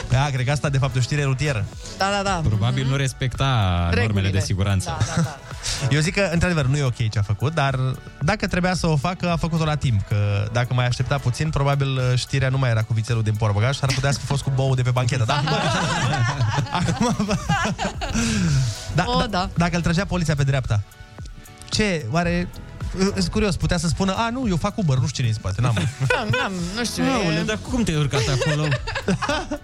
Da, cred că asta de fapt e o știre rutieră. Da, da, da. Probabil nu respecta normele de siguranță. Eu zic că, într-adevăr, nu e ok ce a făcut, dar dacă trebuia să o facă, a făcut-o la timp. Că dacă mai aștepta puțin, probabil uh, știrea nu mai era cu vițelul din porbagaj și ar putea să fi fost cu boul de pe banchetă. [laughs] Da? Acum... da, O, da, da. Dacă îl trăgea poliția pe dreapta, ce, oare... uh, Sunt curios, putea să spună, a, nu, eu fac Uber, nu știu cine e în [laughs] spate, n-am. N-am, n-am, nu știu. Aoleu, e- dar cum te-ai urcat [laughs] acolo?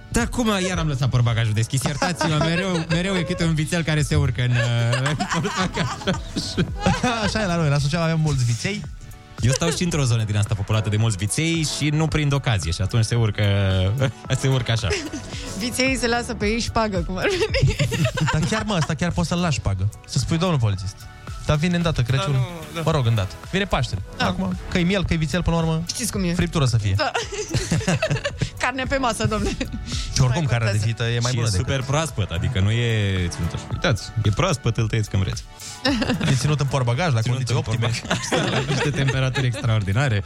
Dar cum, iar am lăsat porbagajul deschis, iertați-mă, mereu, mereu e câte un vițel care se [laughs] urcă în, uh, în porbagaj. Așa e la noi, la Suceava avem mulți viței Eu stau și într-o zonă din asta populată de mulți viței și nu prind ocazie și atunci se urcă, [laughs] se urcă așa. Viței se lasă pe ei și pagă, cum ar veni. [laughs] Dar chiar, mă, asta chiar poți să-l lași pagă. Să spui, domnul polițist. Dar vine îndată Crăciun. Da, mă rog, îndată. Vine Paștele. Da. Acum, că miel, că vițel, până la urmă, Știți cum e? friptură să fie. Da. [laughs] Carne pe masă, domnule. Și oricum, care de vită e mai și bună e decât. super proaspăt, adică nu e ținut așa. Uitați, e proaspăt, îl tăieți când vreți. E ținut în porbagaj, la condiții optime. Niște temperaturi extraordinare.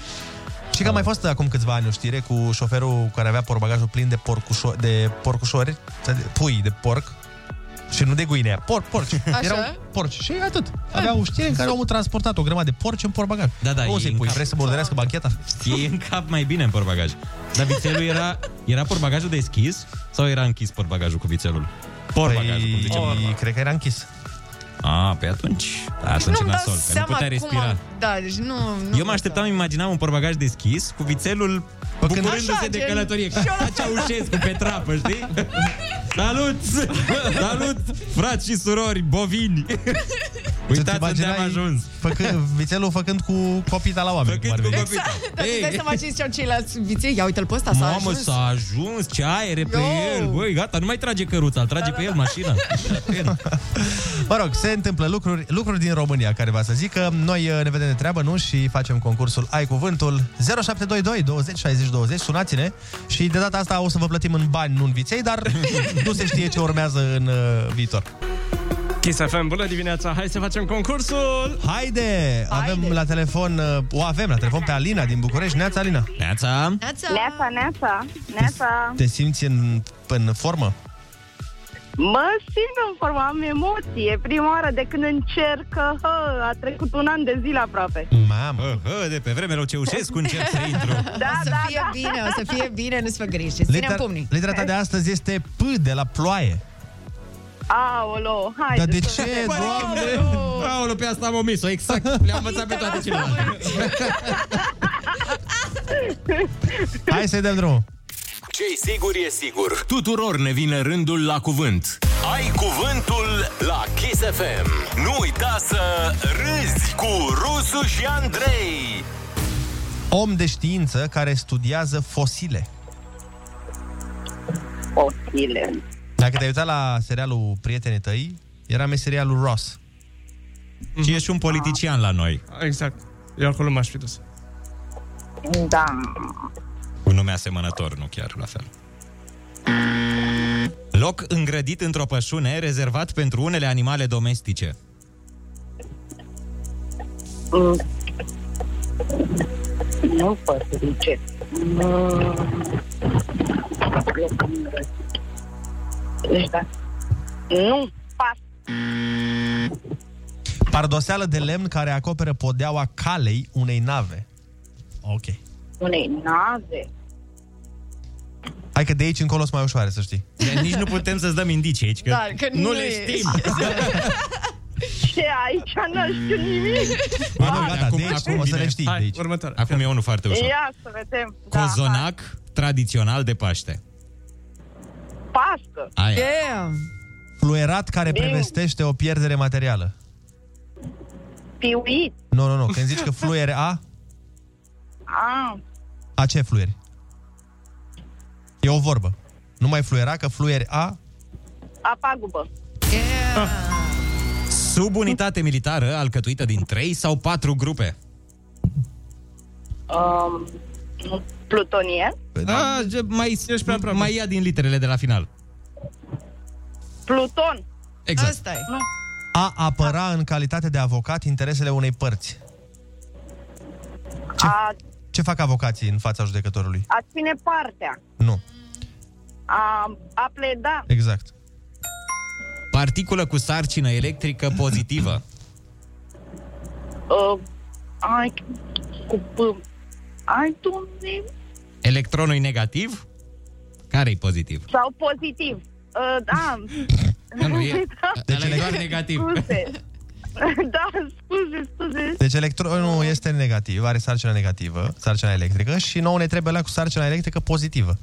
Și că a mai fost acum câțiva ani o știre cu șoferul care avea porbagajul plin de, porcușo- de porcușori, de pui de porc, și nu de guinea, porc, porci. Așa? Erau porci și atât. Avea o știre în care omul transportat o grămadă de porci în porbagaj. Da, da, Cum e să-i în pui? cap. Vrei să murdărească bancheta? E în cap mai bine în porbagaj. Dar vițelul era, era porbagajul deschis sau era închis porbagajul cu vițelul? Porbagajul, cum zicem. Păi, cred că era închis. A, pe atunci, atunci e Deci Nu-mi dau nasol, că nu seama putea respira. cum... Da, deci nu... nu Eu mă așteptam, imaginam un porbagaj deschis cu vițelul bucurându-se Așa, de gen- călătorie. și eu la Ca Ceaușescu pe trapă, știi? [laughs] Salut! Salut, frați și surori, bovini! Uitați unde am ajuns. Făcă, vițelul făcând cu copita la oameni. Făcând cu Exact, dar îți dai seama ce ziceau ceilalți viței? Ia uite-l pe ăsta, s-a Mamă, ajuns. s-a ajuns, ce aer e pe Yo! el Băi, gata, nu mai trage căruța, îl trage pe el mașina Mă rog, se întâmplă lucruri, lucruri din România care va să zică. Noi eh, ne vedem de treabă, nu? Și facem concursul Ai Cuvântul 0722 20 60 20. Sunați-ne și de data asta o să vă plătim în bani, nu în viței, dar [laughs] nu se știe ce urmează în eh, viitor. Kiss FM, bună dimineața, hai să facem concursul! Haide! Avem la telefon, eh, o avem la telefon pe Alina din București. Neața, Alina! Neața! Neața, neața, neața. Te simți în, în formă? Mă simt în formă, am emoție. Prima oară de când încerc, că, hă, a trecut un an de zile aproape. Mamă! De pe vremea lui Ceușescu încerc să intru Da, o să fie bine, o să fie bine, nu-ți fă griji. Ținem pumnii. litera ta de astăzi este P de la ploaie. Aolo, hai. Dar de să ce, Păi, păi, vedem. doamne? Aoleu, pe asta am omis-o, exact Le-am învățat pe toate celelalte [laughs] Hai să-i dăm drumul. Ce-i sigur e sigur. Tuturor ne vine rândul la cuvânt. Ai cuvântul la Kiss FM. Nu uita să râzi cu Rusu și Andrei. Om de știință care studiază fosile. Fosile. Dacă te-ai uitat la serialul Prietenii tăi, era meseria lui Ross. Mhm. Și e și un politician la noi Exact, eu acolo m-aș fi dus. Da. Un nume asemănător, nu chiar la fel. Loc îngrădit într-o pășune rezervat pentru unele animale domestice. Mm. Nu pot să zice. Mm. Deci, da. Nu, pas. Pardoseală de lemn care acoperă podeaua calei unei nave. Ok. Unei nave. Hai că de aici încolo sunt mai ușoare, să știi. Dar nici nu putem să-ți dăm indicii aici, că, Da, că nu, nu le e. știm. [laughs] Ce aici? Nu știu nimic. Ba, nu, gata, deci, de aici o să le știi Hai, de aici. Următoare. deci. Acum e unul foarte ușor. Ia să vedem. Da. Cozonac tradițional de Paște. Pască. Aia. Damn. Fluierat care Bing. prevestește o pierdere materială. Piuit. Nu, nu, nu. Când zici că fluiere A, Ah, a ce fluieri? E o vorbă. Nu mai fluiera, că fluieri A... a pagubă. Subunitate militară alcătuită din 3 sau 4 grupe. Um, plutonie. Păi Da, mai, mai ia din literele de la final. Pluton. Exact. Asta e. A apăra în calitate de avocat interesele unei părți. Ce, A, ce fac avocații în fața judecătorului? a ține partea. Nu. A, a pleda. Exact. Particulă cu sarcină electrică [laughs] pozitivă. Uh, ai, cu p. Ai tu Electronul e negativ? Care e pozitiv? Sau pozitiv. Uh, [laughs] da. Da, nu [laughs] e. Deci Ăla e doar elect- negativ. [laughs] Scuze. da, scuze, scuze. Deci electronul este negativ, are sarcina negativă, sarcina electrică, și nouă ne trebuie la cu sarcina electrică pozitivă.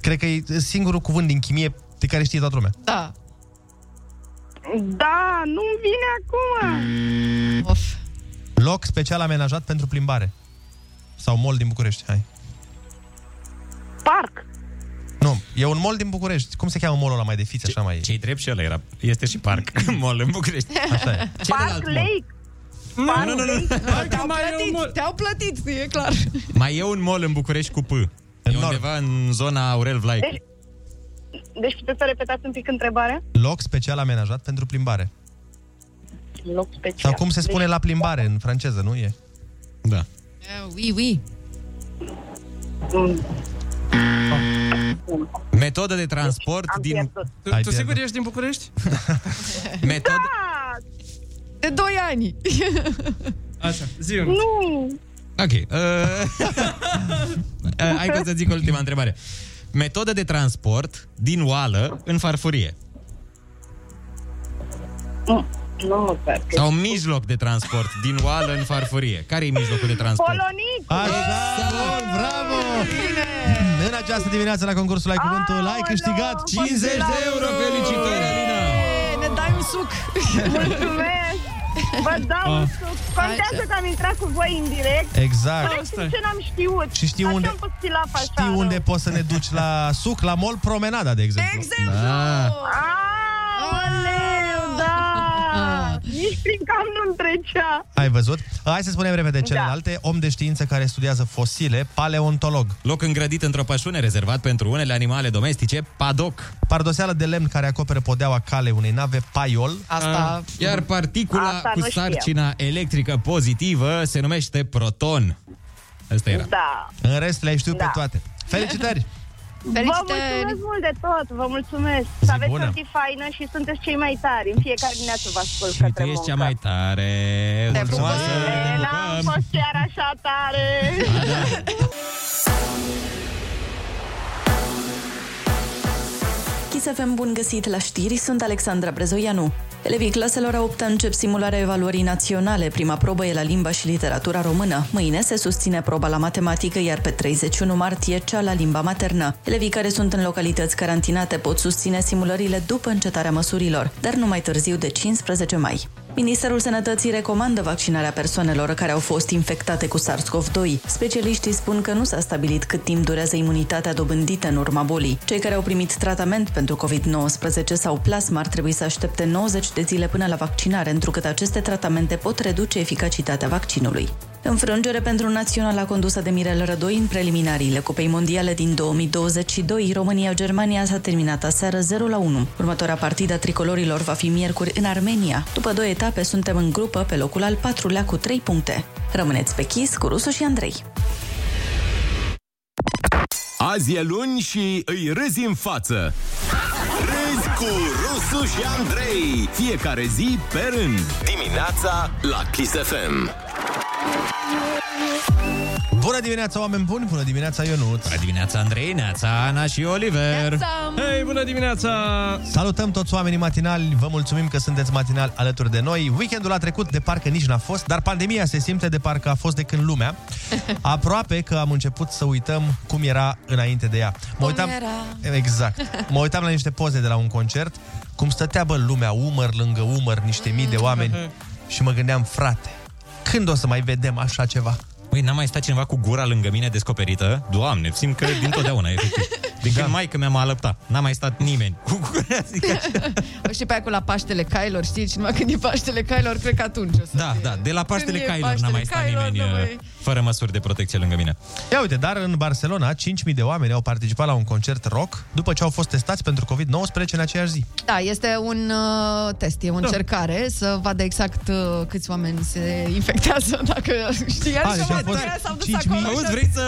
Cred că e singurul cuvânt din chimie de care știe toată lumea. Da. Da, nu-mi vine acum. Of. loc special amenajat pentru plimbare. Sau mall din București, hai. Parc. Nu, e un mall din București. Cum se cheamă mallul ăla mai de fiți, așa mai... Cei drept și ăla era. Este și parc. [laughs] mall în București. Așa e. Parc Lake. Parc nu, nu, nu. Lake. Te-au plătit, te-au plătit, e clar. Mai e un mall în București cu P. În e undeva în zona Aurel Vlaicu. Deci, deci puteți să repetați un pic întrebarea? Loc special amenajat pentru plimbare. Loc special. Sau cum se spune la plimbare în franceză, nu e? Da. Uh, oui, oui. Metodă de transport din... Tu, tu sigur ești din București? Metod... Da! De 2 [laughs] ani. Așa, zi Nu! Ok. Uh, [laughs] uh, hai că să zic ultima întrebare. Metodă de transport din oală în farfurie. Nu, nu, Sau mijloc de transport din oală în farfurie. Care e mijlocul de transport? Polonic! Așa, bun, bravo! În această dimineață la concursul Ai Cuvântul ai câștigat 50 de euro! Felicitări, Alina! E, ne dai un suc. Mulțumesc! Vă dau un Ah. suc. Contează că am intrat cu voi în direct. Exact. Asta. ce n-am știut. Și știi Așa unde- am pus silap așa. Știi unde poți să ne duci la suc? La mall Promenada, de exemplu. exemplu! Da. Aoleu, da! Nici prin cam nu-mi trecea. Ai văzut? Hai să spunem Da. repede celelalte. Om de știință care studiază fosile, paleontolog. Loc îngrădit într-o pășune rezervat pentru unele animale domestice, padoc. Pardoseală de lemn care acoperă podeaua calei unei nave, paiol. Ah, Iar particula Asta nu cu știam. sarcina electrică pozitivă se numește proton. Asta era. Da. În rest le-ai știut Da. pe toate. Felicitări! Vă mulțumesc mult de tot, vă mulțumesc. Să aveți bună. o zi faină și sunteți cei mai tari. În fiecare dimineață vă ascult Și tu către ești muncă. cea mai tare. Te Frumoasă. pupăm. N-am fost chiar așa tare. Da, Chisafem bun găsit la știri, sunt Alexandra Brezoianu. Elevii claselor a 8 încep simularea evaluării naționale. Prima probă e la limba și literatura română. Mâine se susține proba la matematică, iar pe 31 martie cea la limba maternă. Elevii care sunt în localități carantinate pot susține simulările după încetarea măsurilor, dar nu mai târziu de 15 mai. Ministerul Sănătății recomandă vaccinarea persoanelor care au fost infectate cu SARS-CoV-2. Specialiștii spun că nu s-a stabilit cât timp durează imunitatea dobândită în urma bolii. Cei care au primit tratament pentru COVID-19 sau plasma ar trebui să aștepte 90 de zile până la vaccinare, întrucât aceste tratamente pot reduce eficacitatea vaccinului. Înfrângere pentru naționala condusă de Mirel Rădoi în preliminariile Cupei Mondiale din 2022. România-Germania s-a terminat aseară 0 la 1. Următoarea partidă a tricolorilor va fi miercuri în Armenia. După două etape suntem în grupă pe locul al patrulea cu 3 puncte. Rămâneți pe chis cu Rusu și Andrei. Azi e luni și îi râzi în față. Râzi cu Rusu și Andrei. Fiecare zi pe rând. Dimineața la Kiss FM. Bună dimineața, oameni buni! Bună dimineața, Ionuț! Bună dimineața, Andrei, Neața, Ana și Oliver! Hei, bună dimineața! Salutăm toți oamenii matinali, vă mulțumim că sunteți matinali alături de noi. Weekendul a trecut, de parcă nici n-a fost, dar pandemia se simte de parcă a fost de când lumea. Aproape că am început să uităm cum era înainte de ea. Mă uitam... era. Exact. Mă uitam la niște poze de la un concert, cum stătea bă lumea umăr lângă umăr, niște mii de oameni [laughs] și mă gândeam, frate, când o să mai vedem așa ceva? Păi n-a mai stat cineva cu gura lângă mine descoperită. Doamne, simt că din totdeauna, efectiv. Din Da. când mai că mi-am alăptat. N-a mai stat nimeni. Cu gura, zic așa. Păi și pe aia cu la Paștele Cailor, știi? Și numai când e Paștele Cailor, cred că atunci o să Da, da, de la Paștele Când e Cailor n-a Paștele mai stat Cailor, nimeni nu uh, mai- fără măsuri de protecție lângă mine. Ia uite, dar în Barcelona 5.000 de oameni au participat la un concert rock după ce au fost testați pentru COVID-19 în aceeași zi. Da, este un uh, test, e o încercare să vadă exact uh, câți oameni se infectează, [laughs] dacă știi. A, Adică, deci mă, a fost tăia s-au dus 5.000. acolo Auzi, și- vrei să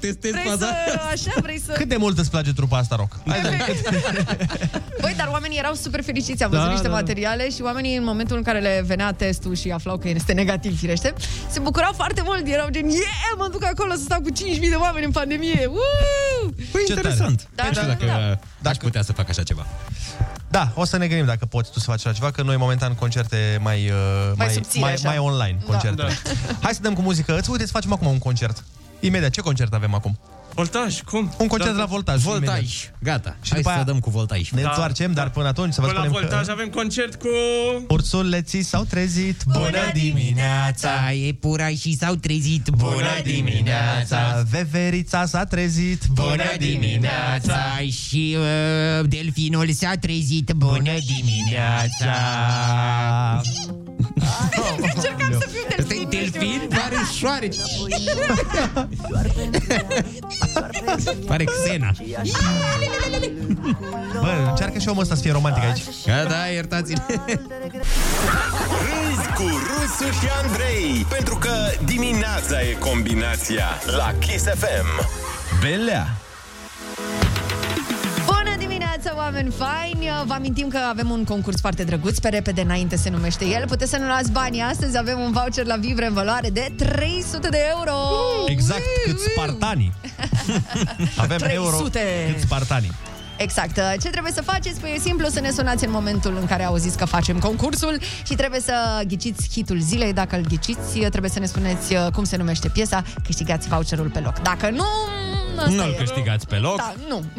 testezi Vrei să, [laughs] așa, vrei să... Cât de mult îți place trupa asta rock? Hai să- Băi, dar oamenii erau super fericiți, am văzut Da, niște da, da. materiale și oamenii în momentul în care le venea testul și aflau că este negativ, firește, se bucurau foarte mult, erau gen, yeah, mă duc acolo să stau cu 5.000 de oameni în pandemie, Uuu! Păi, Interesant. Da, nu știu da, dacă da. aș putea să fac așa ceva. Da, o să ne gândim dacă poți tu să faci așa ceva, că noi momentan concerte mai uh, mai, subțiri, mai, așa. mai online Da. concerte. Da. [laughs] Hai să dăm cu muzică. Îți uite, să facem acum un concert. Imediat, ce concert avem acum? Voltaj, cum? Un concert Da, de la Voltaj. Voltaj. imediat. Gata. Și Hai după să aia dăm cu Voltaj. Ne Da. întoarcem, dar până atunci să vă Până la spunem Voltaj că... avem concert cu... Ursuleții s-au trezit. Bună dimineața! Ei purașii s-au trezit. Bună dimineața! Veverița s-a trezit. Bună dimineața Păi și uh, delfinul s-a trezit. Bună dimineața. Încercam să fiu delfin. Delfin pare [laughs] șoare. [laughs] Pare Xena. Bă, încearcă și omul ăsta să fie romantic aici. Gata, da, iertați-ne. Râzi cu Rusu și Andrei Pentru că dimineața e combinația La Kiss FM Belea Bună dimineața, oameni faini! Vă amintim că avem un concurs foarte drăguț, pe repede înainte se numește el. Puteți să ne luați banii astăzi, avem un voucher la Vivre în valoare de 300 de euro! Exact cât [laughs] spartanii. Avem euro 300. cât spartanii. Exact. Ce trebuie să faceți? Păi e simplu să ne sunați în momentul în care auziți că facem concursul și trebuie să ghiciți hitul zilei. Dacă îl ghiciți, trebuie să ne spuneți uh, cum se numește piesa, câștigați voucherul pe loc. Dacă nu, asta Nu-l e. câștigați pe loc. Da, nu. [laughs]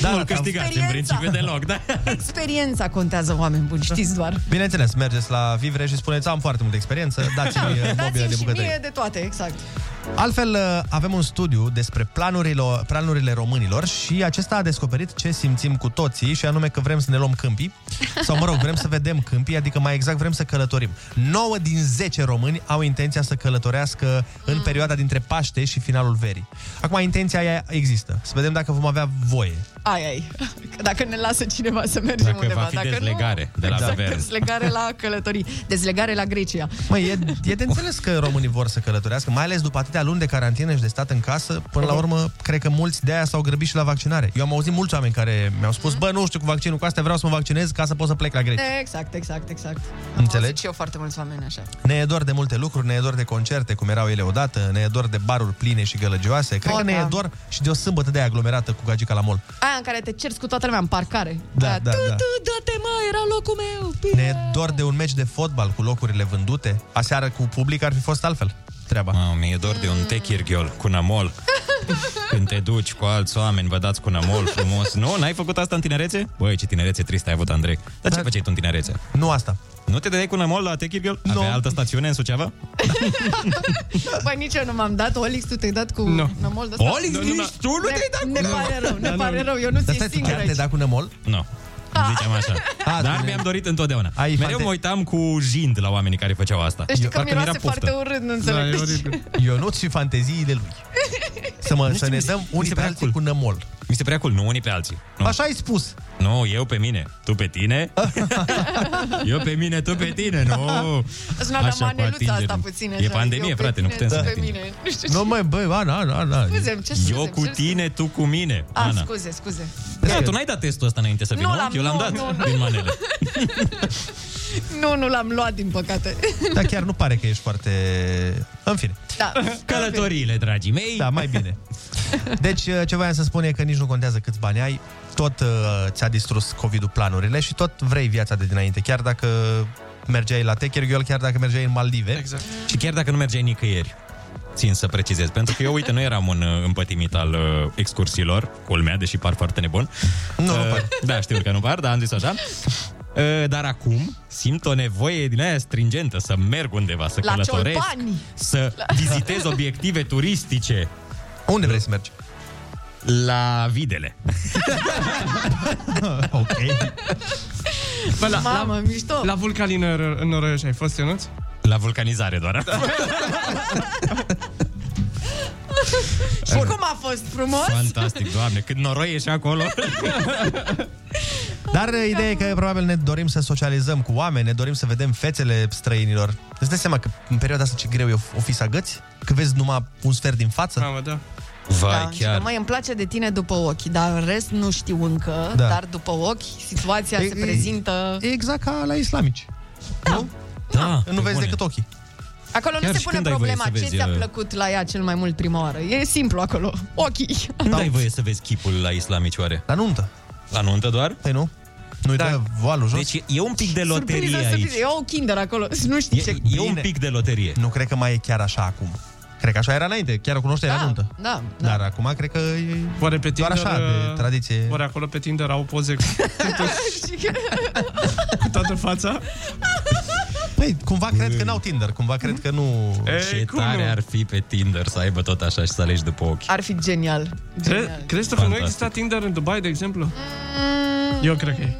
Da, nu-l câștigați în principiu deloc, da. Experiența contează, oameni buni, știți doar. Bineînțeles, mergeți la Vivre și spuneți am foarte multă experiență, [laughs] dați-mi eh, mobilă Dați-mi de și mie bucătărie. de toate, exact. Altfel, eh, avem un studiu despre planurile, planurile românilor și acesta a descoperit ce simțim cu toții și anume că vrem să ne luăm câmpii sau, mă rog, vrem să vedem câmpii, adică mai exact vrem să călătorim. 9 din 10 români au intenția să călătorească Ah. în perioada dintre Paște și finalul verii. Acum, intenția aia există. Să vedem dacă vom avea voie. Ai, ai. Că Dacă ne lasă cineva să mergem Dacă undeva. va fi Dacă dezlegare nu, de la exact, guvern. [laughs] dezlegare la călătorii. Dezlegare la Grecia. Măi, e, e de înțeles că românii vor să călătorească, mai ales după atâtea luni de carantină și de stat în casă. Până la urmă, cred că mulți de aia s-au grăbit și la vaccinare. Eu am auzit mulți oameni care mi-au spus, bă, nu știu cu vaccinul, cu asta vreau să mă vaccinez ca să pot să plec la Grecia. Exact, exact, exact. Înțelegi? Zic și eu foarte mulți oameni așa. Ne e dor de multe lucruri, ne e dor de concerte, cum erau ele odată, ne e dor de baruri pline și gălăgioase. Cred Oh, că ne e da. dor și de o sâmbătă de aia aglomerată cu gagica la mol. Aia în care te cerți cu toată lumea în parcare. Da, Aia, da, tu, da. tu, dă-te mă, era locul meu. Ne e dor de un meci de fotbal cu locurile vândute. Aseară cu public ar fi fost altfel treaba. Mamă, mi-e dor de un techirghiol cu namol. Când te duci cu alți oameni, vă dați cu namol frumos. Nu? N-ai făcut asta în tinerețe? Băi, ce tinerețe tristă ai avut, Andrei. Dar ce făceai tu în tinerețe? Nu asta. Nu te dai cu namol la techirghiol? Nu. Avea altă stațiune în Suceava? [laughs] Băi, nici eu nu m-am dat. Olix, tu te-ai dat cu no. nămol de Olix, Nu, nu, nici tu nu te-ai dat cu Ne nămol. pare rău, ne Da, nu, pare nu. rău. Eu nu Dar ți stai să singur chiar aici. te da cu nemol? Nu. Ziceam așa. [laughs] Ah, Dar bine. mi-am dorit întotdeauna. Ai, Mereu fate- mă uitam cu jind la oamenii care făceau asta. Știi Eu- că parcă mi-era miroase poftă. Păi, foarte urât, nu înțeleg. de ce. [laughs] Ionuț și fanteziile lui. Să, mă, Nu să știu, ne mi se- dăm mi unii se pe pare alții cu nămol. Mi se prea cool, nu unii pe alții. Nu. Așa Ă, ai [laughs] spus. Nu, eu pe mine, tu pe tine. eu pe mine, tu pe tine, [laughs] nu. Sună la cu maneluța asta atingeri. puțin. E așa, pandemie, eu pe frate, nu tine, putem tu să ne pe mine. Nu știu ce. Nu, măi, băi, Ana, Ana, Ana. Scuze-mi, ce scuze-mi, Eu cu ce scuze-mi? tine, tu cu mine, A, Ana. Ah, scuze, scuze. Da, tu n-ai dat testul ăsta înainte să vii, Nu nu? l-am, Eu l-am nu, dat nu, nu. din [laughs] manele. Nu, nu l-am luat, din păcate. Dar chiar nu pare că ești foarte... În fine. Da. Călătoriile, dragii mei. Da, mai bine. Deci, ce voiam să spun e că nici nu contează câți bani ai, tot uh, ți-a distrus COVID-ul planurile și tot vrei viața de dinainte, chiar dacă mergeai la Techirghiol, chiar dacă mergeai în Maldive. Exact. Și chiar dacă nu mergeai nicăieri, țin să precizez, pentru că eu, uite, nu eram un uh, împătimit al uh, excursiilor, culmea, deși par foarte nebun. Nu, uh, Da, știu că nu par, dar am zis așa. Uh, Dar acum simt o nevoie din aia stringentă să merg undeva, să La călătoresc, Ciolbani. să vizitez obiective turistice. Unde vrei să mergi? La videle. ok. Bă, la, Mamă, la, mișto. La vulcanin în, în Oroiu ai fost, Ionuț? La vulcanizare doar. Da. Și cum a fost? Frumos? Fantastic, doamne, cât noroi e și [laughs] acolo. [laughs] Dar uh, ideea e că probabil ne dorim să socializăm cu oameni, ne dorim să vedem fețele străinilor. Îți dai seama că în perioada asta ce greu e o- o fi să agăți? Că vezi numai un sfert din față? Mamă, da. Vai, Da, și că, mai îmi place de tine după ochi, dar în rest nu știu încă, Da. dar după ochi situația E- se e- prezintă... E exact ca la islamici. Da, nu vezi decât ochii. Acolo Chiar nu se și pune când ai voie problema să ce vezi, ți-a uh, plăcut la ea cel mai mult prima oară. E simplu acolo. Ochii. Da. Nu ai voie să vezi chipul la islamici, oare? La nuntă. La nuntă doar? Păi nu. Nu-i da. voalul jos. Deci e un pic de Surpriză, loterie aici. surpriză. E o kinder acolo. [laughs] Nu știu E, ce... e un pic de loterie. Nu cred că mai e chiar așa acum. Cred că așa era înainte, chiar o cunoșteai da. la nuntă. Da. Da. Dar acum cred că e Oare pe doar Tinder, uh, așa, de tradiție. Oare acolo pe Tinder au [laughs] poze cu, cu toată fața? Păi, cumva cred că n-au Tinder, cumva cred că nu... Ce tare ar fi pe Tinder să aibă tot așa și să alegi după ochi. Ar fi genial. Mm. Cre- crezi tu că nu exista Tinder în Dubai, de exemplu? Eu cred că e.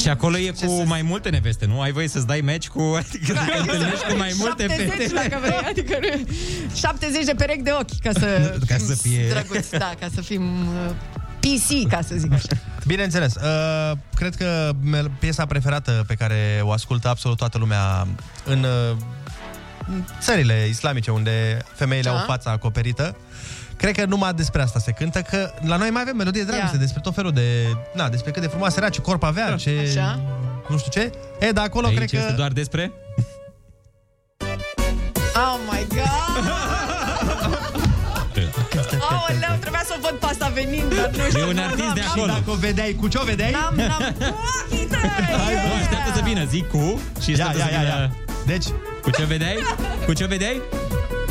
Și acolo e cu mai multe neveste, nu? Ai voie să-ți dai match cu... [laughs] Adică să te întâlnești cu mai multe 70 fete. Da. dacă vrei, adică nu- 70 de perechi de ochi ca să Ca să [laughs] fie- drăguți, da, ca să fim uh, PC, ca să zic așa. Bineînțeles, uh, cred că mel- piesa preferată pe care o ascultă absolut toată lumea în, uh, în țările islamice unde femeile Da. au fața acoperită, cred că numai despre asta se cântă, că la noi mai avem melodie de dragoste Ia. despre tot felul de... Na, despre cât de frumoasă era, ce corp avea, ce... Așa. Nu știu ce. E, dar acolo Aici cred că... este doar despre... Oh my god! Aoleu, trebuia să o văd pe asta venind, dar nu știu. nu, n-am- n-am- Dacă o vedeai, cu ce o vedeai? N-am, n-am, Hai, bă, așteaptă să vină, zic cu... Și ia, ia, ia, ia. Deci... Cu ce vedeai? Cu ce vedeai?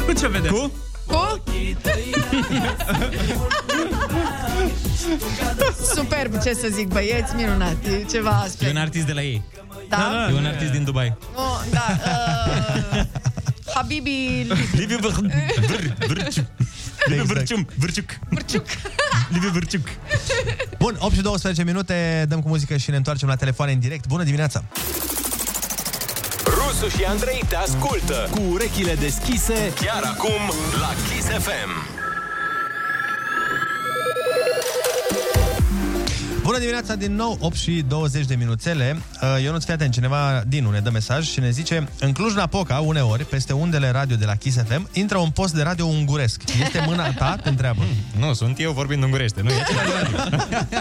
Cu ce vedeai? Cu? Cu? [laughs] Superb, ce să zic, băieți, minunat. E ceva E spre... un artist de la ei. Da? Da, da, E un da. artist din Dubai. Oh, da, uh, Habibi... Liviu Vâr- Vâr- Vârciuc. Exact. Liviu Vârciuc. Vârciuc. [laughs] Liviu Vârciuc. Bun, 8 și 12 minute, dăm cu muzică și ne întoarcem la telefoane în direct. Bună dimineața! Rusu și Andrei te ascultă Cu urechile deschise Chiar acum la Kiss FM Bună dimineața din nou, 8 și 20 de minuțele. Uh, Ionuț, fii atent, cineva, Dinu, ne dă mesaj și ne zice În Cluj-Napoca, uneori, peste undele radio de la Kiss FM, intră un post de radio unguresc. Este mâna ta? Te întreabă. Hmm, Nu, sunt eu vorbind ungurește, nu e același radio.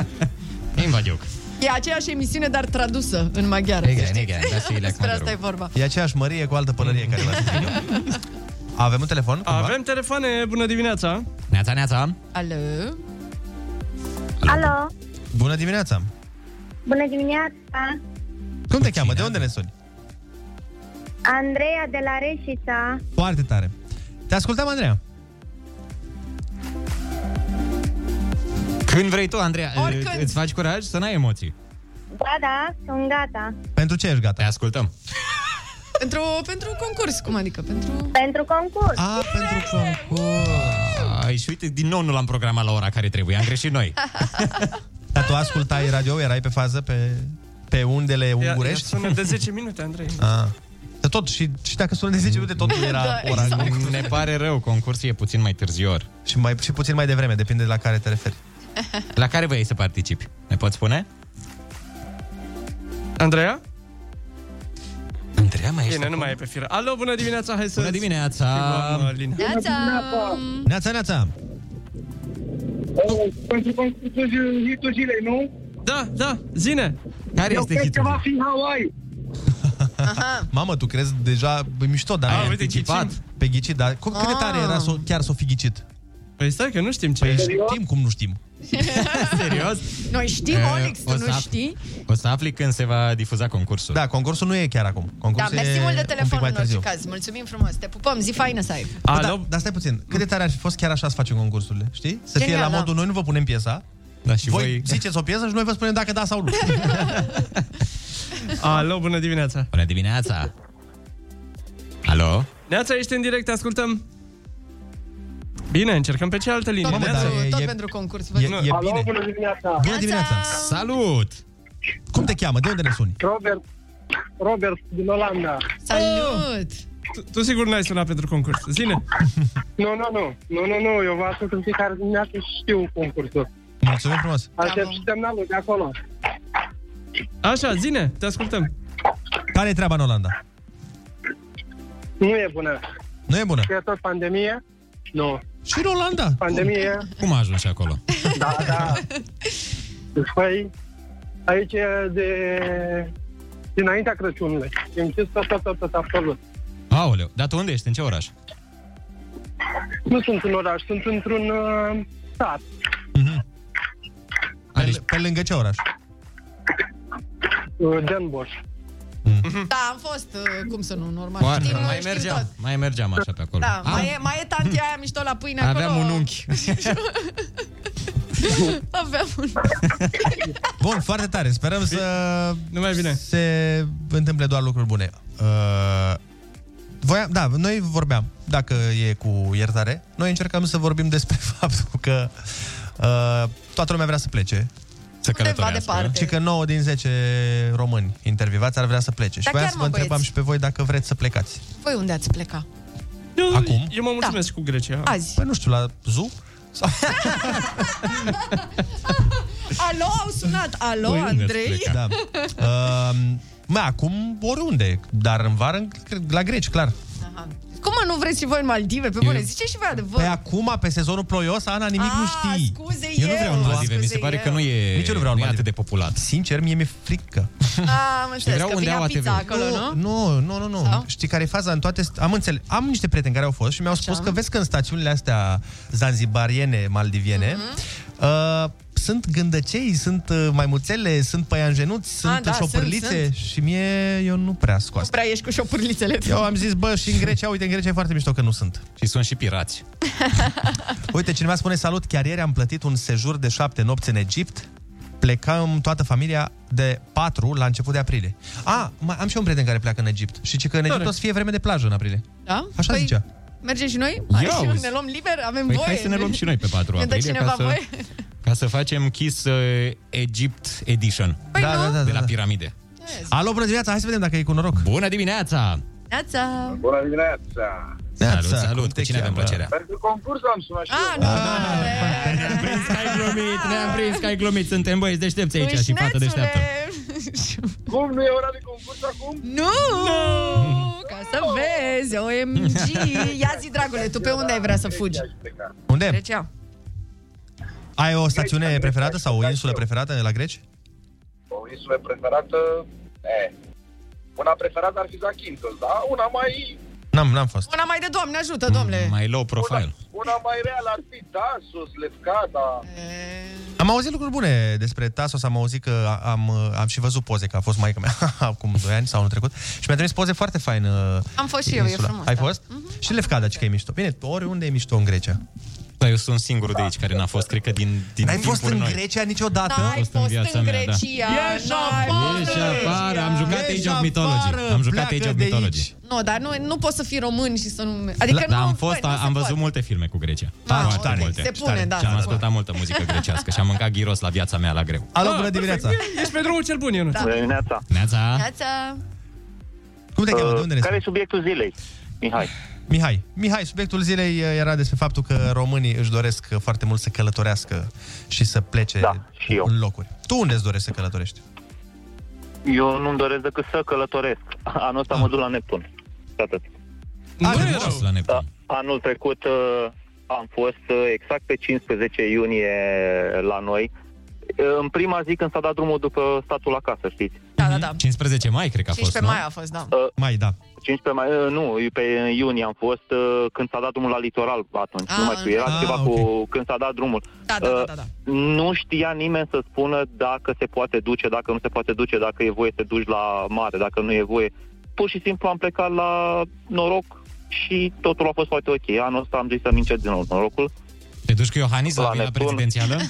Invadiuc. E aceeași emisiune, dar tradusă în maghiară. Negre, știi? negre, da, [laughs] și Despre asta e vorba. E aceeași mărie cu altă pălărie care l-a Avem un telefon? Cumva? Avem telefoane, bună dimineața! Neața, neața! Alo? Alo, Bună dimineața! bună dimineața! Cum te cheamă? De unde ne suni? Andreea de la Reșița. Foarte tare. Te ascultăm, Andreea. Când vrei tu, Andreea, Oricând. îți faci curaj să n-ai emoții. Da, da, sunt gata. Pentru ce ești gata? Te ascultăm. Pentru, pentru concurs, cum adică? Pentru... Pentru concurs. A, pentru concurs. Ai, și uite, din nou nu l-am programat la ora care trebuie, am greșit noi. Dar tu ascultai radio, erai pe fază, pe, pe undele ungurești? Sună de 10 minute, Andrei. Ah. Dar tot, și, și dacă sună de 10 minute, tot nu era Da, ora. exact. Ne pare rău, concursul e puțin mai târziu. Și, mai, și puțin mai devreme, depinde de la care te referi. La care vrei să participi? Ne poți spune? Andreea? Andreea mai ești Bine, nu mai e pe fir. Alo, bună dimineața, hai să... uh, Bună dimineața! Neața! Neața, neața! Pentru concursul zi- hitul zilei, nu? Da, da, zine! Eu cred că va fi Hawaii. Mamă, tu crezi deja, e mișto, dar A, ai uite, anticipat ghicim. pe ghicit, dar cum, cât de tare Ah. era să, chiar să o fi ghicit? Păi stai că nu știm ce păi, e. știm cum nu știm. [laughs] Serios? Noi știm, E, Olix, o tu să nu af- știi? O să afli când se va difuza concursul. Da, concursul nu e chiar acum. Da, Concursul mersi e mult de un pic telefon mai în orice târziu. caz. Mulțumim frumos. Te pupăm. Zi faină să ai. Bă, da, dar stai puțin, cât de tare ar fi fost chiar așa să facem concursurile, știi? Să fie Genial, la da. modul, noi nu vă punem piesa, da, și voi, voi- ziceți o piesă și noi vă spunem dacă da sau [laughs] nu. Alo, bună dimineața! Bună dimineața! Alo? Neața, ești în direct, te ascultăm! Bine, încercăm pe cealaltă linie. Tot, Neața. da, pentru, tot pentru concurs. vă e- zic. e Alo, bună dimineața. Bună dimineața! Salut! Cum te cheamă? De unde ne suni? Robert, Robert din Olanda. Salut! Tu, tu sigur n-ai sunat pentru concurs. Zine! Nu, nu, nu, nu, nu, nu, eu vă ascult în fiecare dimineață și știu concursul. Mulțumim frumos! Aștept și semnalul de acolo. Așa, zine, te ascultăm. Care e treaba în Olanda? Nu e bună. Nu e bună? E tot pandemie. Nu. Și în Olanda? Pandemie. Cum a ajuns și acolo? Da, da. Deci, Păi, aici e de... Dinaintea Crăciunului. E închis tot, tot, tot, tot, absolut. Aoleu, dar tu unde ești? În ce oraș? Nu sunt în oraș, sunt într-un uh, sat. Pe, pe lângă ce oraș? Uh, Denbosch. Mm. Da, am fost, uh, cum să nu, normal. Foarte. Știm, mai știm mergeam, tot. mai mergeam așa pe acolo. Da, Ah. Am- mai e, mai e tanti aia mișto la pâine Aveam acolo. un [laughs] unchi. Aveam un Bun, foarte tare. Sperăm să nu mai bine. se întâmple doar lucruri bune. Uh, voiam, da, noi vorbeam, dacă e cu iertare, noi încercăm să vorbim despre [laughs] faptul că uh, toată lumea vrea să plece. Să călătorească. departe. Și că 9 din 10 români intervievați ar vrea să plece. și Dar voiam chiar, să mă, vă întrebam băieți. și pe voi dacă vreți să plecați. Voi unde ați pleca? Eu, Acum? Eu mă mulțumesc da. cu Grecia. Azi. Păi nu știu, la zoo? Sau... Alo, au sunat. Alo, Păi, unde Andrei? ați plecat? [laughs] Uh, mă, acum oriunde, dar în vară în- la greci, clar. Cum mă, nu vreți și voi în Maldive? Pe bune, Eu- ziceți și voi adevăr. Păi acum, pe sezonul ploios, Ana, nimic Ah, nu știi. scuze Eu nu eu, vreau în Maldive, mi se scuze pare eu. că nu e, Nici eu nu vreau nu e atât de populat. Sincer, mie mi-e frică. A, am Ah, înțeles Vreau că unde vine au pizza ATV. acolo, nu? Nu, nu, nu, nu. Știi care e faza în toate... st- Am înțeles, am niște prieteni care au fost și mi-au spus că vezi că în stațiunile astea zanzibariene, maldiviene, Mhm. uh, sunt gândăcei, sunt uh, maimuțele, sunt păianjenuți, sunt da, sunt, șopârlițe sunt. și mie eu nu prea scoas. Nu prea ești cu șopârlițele. Eu am zis, bă, și în Grecia, uite, în Grecia e foarte mișto că nu sunt. Și sunt și pirați. Uite, cineva spune salut, chiar ieri am plătit un sejur de șapte nopți în Egipt, plecam toată familia de patru la început de aprilie. A, mai am și eu un prieten care pleacă în Egipt și ce că în Egipt Tare. o să fie vreme de plajă în aprilie. Da? Așa păi... zicea. Mergem și noi? Ia Hai și auzi. ne luăm liber? Avem Păi voie? hai să ne luăm și noi pe 4 Ne dă aprilie cineva ca să, voie? ca să facem Kiss uh, Egypt Edition. Păi Da, nu? da, da, de da, la da. piramide. Alo, bună dimineața, hai să vedem dacă e cu noroc. Bună dimineața! Neața! Bună dimineața! Salut, salut! Cu cine avem plăcerea? Pentru concurs am sunat și Ah, eu. Ah, da. Ne-am glumit, ne-am prins că ai glumit. Suntem băieți deștepți aici și fată deșteaptă. Cum nu e ora de concurs acum? Nu! Ca să vezi, OMG! Ia zi, dragule, tu pe unde ai vrea să fugi? Deci, Unde? Grecia. Ai o stațiune preferată sau o insulă preferată la greci? O insulă preferată, e. Una preferată ar fi Zakynthos, da? Una mai, N-am, n-am fost. Una mai de doamne, ajută, Mm, domnule! Mai low profile. una mai reală ar fi Tasos, [laughs] Lefkada. Am auzit lucruri bune despre Tasos, am auzit că am, am și văzut poze, că a fost maica mea [laughs] acum 2 ani sau anul trecut și mi-a trimis poze foarte fain. uh, Am fost și eu, e frumos, Ai da. fost? Și Lefkada, ce că e mișto. Bine, oriunde e mișto în Grecia. Da, eu sunt singurul de aici care n-a fost, cred că din, din N-ai fost timpuri în noi. Grecia niciodată? N-ai fost în În Grecia! n-ai voie. Ieși Deci afară, am jucat Ieși Age of Mythology. afară, Am jucat pleacă Age of de Mythology. Nu, dar nu, nu poți să fii român și să nu... Adică da, nu, am fost, băi, nu se am văzut poate. multe filme cu Grecia. Da, Ah, Foarte tare. multe. Se pune, Tare. da, Și am se ascultat multă muzică grecească și am mâncat ghiros la viața mea la greu. Alo, bună dimineața! Ești pe drumul cel bun, Ionuț. Da. Bună dimineața! Neața! Neața! Cum te cheamă? De unde care e subiectul zilei? Mihai. Mihai. Mihai, subiectul zilei uh, era despre faptul că românii își doresc uh, foarte mult să călătorească și să plece da, și eu. în locuri. Tu unde îți dorești să călătorești? Eu nu-mi doresc decât să călătoresc. Anul ăsta mă duc la Neptun. Și Atât. Nu e Ah. la Neptun. Da. Anul trecut uh, am fost uh, exact pe 15 iunie la noi. Uh, În prima zi când s-a dat drumul după statul acasă, știți? Da, da, da. 15 mai, cred că a fost, 15 nu? mai a fost, da. Mai, da. 15 Uh, mai, uh, nu, pe iunie am fost uh, când s-a dat drumul la litoral atunci, nu mai știu, era ah, ceva cu când s-a dat drumul. Uh, Da, da, da, da, da. Nu știa nimeni să spună dacă se poate duce, dacă nu se poate duce, dacă e voie să te duci la mare, dacă nu e voie. Pur și simplu am plecat la noroc și totul a fost foarte ok. Anul ăsta am zis să-mi încerc din nou norocul. Te duci cu Iohannis la vila Neptun. prezidențială? [laughs]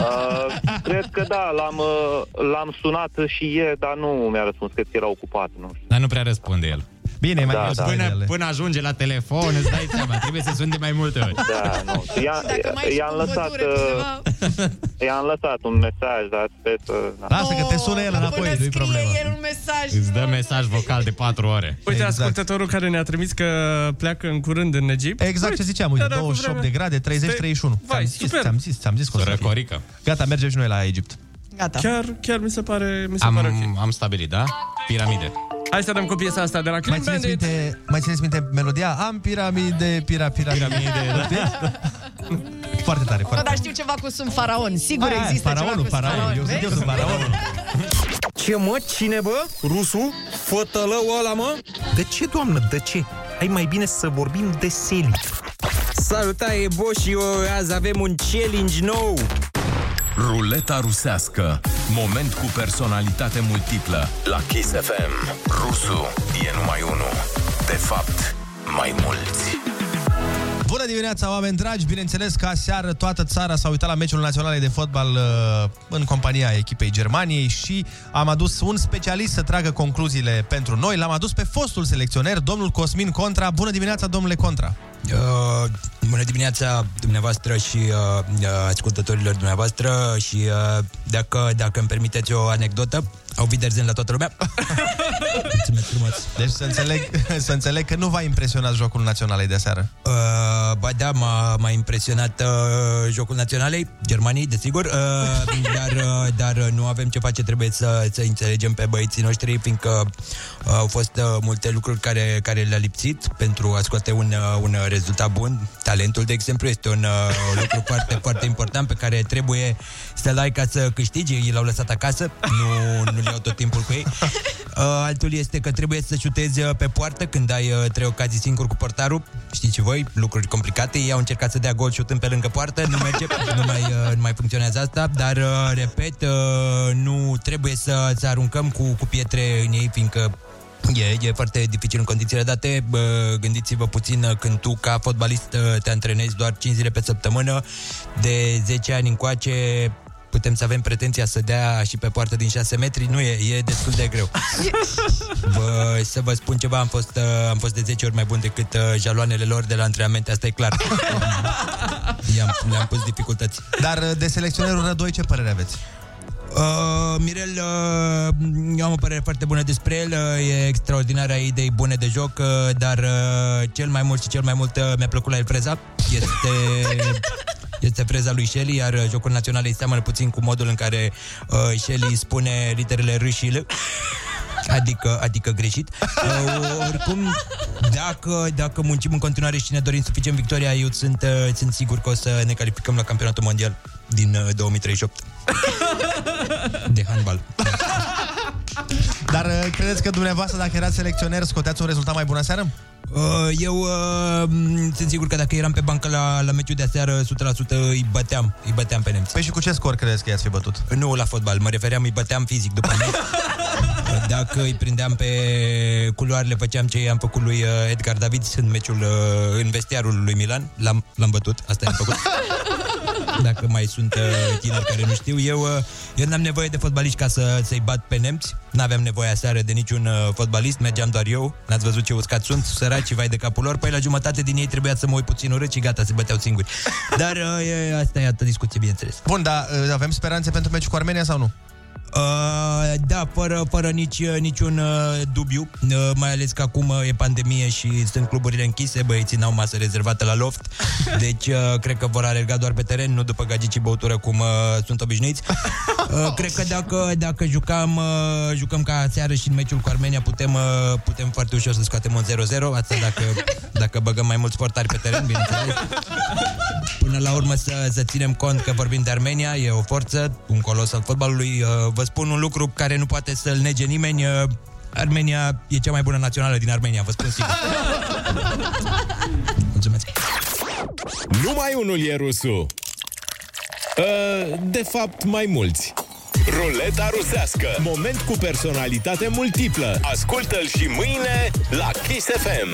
Uh, cred că da, l-am, uh, l-am sunat și ieri, dar nu mi-a răspuns, cred că era ocupat, nu știu. Dar nu prea răspunde el. Bine, mai Da, greu să da. vezi până, până ajunge la telefon, îți dai seama, trebuie să suni de mai multe ori. Da, nu. I-a, Ah. mai i-am, ești cu lăsat, pădure pe cineva. uh, i-am lăsat un mesaj, dar sper să... Da. Lasă că te Oh, sună el înapoi, nu-i problemă. el un mesaj. Îți dă mesaj vocal de 4 ore. Uite, exact. ascultătorul care ne-a trimis că pleacă în curând în Egipt. Exact ce ziceam, uite, 28 de grade, 30, 31. Vai, ți-am zis, super. ți-am zis, ți-am zis că o să fie. Corică. Gata, mergem și noi la Egipt. Gata. Chiar, chiar mi se pare, mi se Am, pare ok. am stabilit, da? Piramide. Hai să dăm cu piesa asta de la Mai Clean țineți, Bandit. minte, mai țineți minte melodia? Am piramide, pira, piramide. piramide da. foarte tare, Bă, foarte dar știu ceva cu sunt faraon. Sigur Aia, există faraonul, ceva cu sunt faraon. Eu sunt, eu vezi? sunt faraonul. Ce mă? Cine bă? Rusu? Fătălău ăla mă? De ce, doamnă, de ce? Hai mai bine să vorbim de seli. Salutare, Bo și eu, azi avem un challenge nou. Ruleta rusească. Moment cu personalitate multiplă. La Kiss FM. Rusu e numai unul. De fapt, mai mulți. Bună dimineața, oameni dragi! Bineînțeles că aseară toată țara s-a uitat la meciul național de fotbal uh, în compania echipei Germaniei și am adus un specialist să tragă concluziile pentru noi. L-am adus pe fostul selecționer, domnul Cosmin Contra. Bună dimineața, domnule Contra! Uh, bună dimineața dumneavoastră și uh, uh, ascultătorilor dumneavoastră și uh, dacă, dacă îmi permiteți o anecdotă, au viderzen la toată lumea. Mulțumesc frumos. Deci să înțeleg, [laughs] să înțeleg că nu v-a impresionat jocul naționalei de seară. Uh, ba da, m-a, m-a impresionat uh, jocul naționalei, Germaniei, desigur, uh, [laughs] dar, uh, dar uh, nu avem ce face, trebuie să, să înțelegem pe băieții noștri, fiindcă uh, au fost uh, multe lucruri care, care le-a lipsit pentru a scoate un, uh, un uh, rezultat bun. Talentul, de exemplu, este un uh, lucru foarte, foarte important pe care trebuie să-l ai ca să câștigi. Ei l-au lăsat acasă, nu, nu le iau tot timpul cu ei. Uh, altul este că trebuie să șutezi uh, pe poartă când ai uh, trei ocazii singur cu portarul. Știți și voi, lucruri complicate. Ei au încercat să dea gol șutând pe lângă poartă, nu merge, [laughs] nu mai, uh, nu mai funcționează asta, dar, uh, repet, uh, nu trebuie să, să aruncăm cu, cu pietre în ei, fiindcă E, e foarte dificil în condițiile date. Bă, gândiți-vă puțin uh, când tu, ca fotbalist, uh, te antrenezi doar 5 zile pe săptămână. De 10 ani încoace putem să avem pretenția să dea și pe poartă din 6 metri. Nu e, e destul de greu. Bă, să vă spun ceva, am fost, uh, am fost de 10 ori mai bun decât uh, jaloanele lor de la antrenamente, asta e clar. I-am, le-am pus dificultăți. Dar uh, de selecționerul Rădoi ce părere aveți? Uh, Mirel, uh, eu am o părere foarte bună despre el, uh, e extraordinară, ai idei bune de joc, uh, dar uh, cel mai mult și cel mai mult uh, mi-a plăcut la el freza, este este freza lui Shelly, iar uh, jocul național îi seamănă puțin cu modul în care uh, Shelly spune literele R și L. Adică, adică greșit. Uh, oricum, dacă, dacă muncim în continuare și ne dorim suficient victoria, eu sunt, uh, sunt sigur că o să ne calificăm la campionatul mondial din uh, 2038 [laughs] de handbal. Dar uh, credeți că dumneavoastră, dacă erați selecționer, scoteați un rezultat mai bun aseară? Uh, Eu uh, m- sunt sigur că dacă eram pe bancă la, la meciul de aseară, 100% îi băteam, îi băteam pe nemți. Păi și cu ce scor credeți că i-ați fi bătut? Nu la fotbal, mă refeream, îi băteam fizic după [laughs] meci. Dacă îi prindeam pe culoar, le făceam ce i-am făcut lui uh, Edgar Davids în meciul, uh, în vestiarul lui Milan. L-am, l-am bătut, asta i-am făcut. Dacă mai sunt uh, tineri care nu știu Eu, uh, eu n-am nevoie de fotbaliști ca să, să-i bat pe nemți N-aveam nevoie aseară de niciun uh, fotbalist Mergeam doar eu N-ați văzut ce uscat sunt Săraci, vai de capul lor Păi la jumătate din ei trebuia să mă uit puțin urât Și gata, se băteau singuri Dar uh, e, asta e altă discuție, bineînțeles Bun, dar uh, avem speranțe pentru meciul cu Armenia sau nu? Uh, da, fără, fără nici, niciun uh, dubiu, uh, mai ales că acum uh, e pandemie și sunt cluburile închise, băieții n-au masă rezervată la loft, deci uh, cred că vor alerga doar pe teren, nu după gagici și băutură cum uh, sunt obișnuiți. Uh, cred că dacă, dacă jucam, uh, jucăm ca seară și în meciul cu Armenia, putem, uh, putem foarte ușor să scoatem un 0-0, asta dacă, dacă băgăm mai mulți portari pe teren, bineînțeles. Până la urmă să, să ținem cont că vorbim de Armenia, e o forță, un colos al fotbalului. Uh, Vă spun un lucru care nu poate să-l nege nimeni. uh, Armenia e cea mai bună națională din Armenia, vă spun sigur. Numai unul e rusul. Uh, De fapt, mai mulți. Ruleta rusească. Moment cu personalitate multiplă. Ascultă-l și mâine la Kiss FM.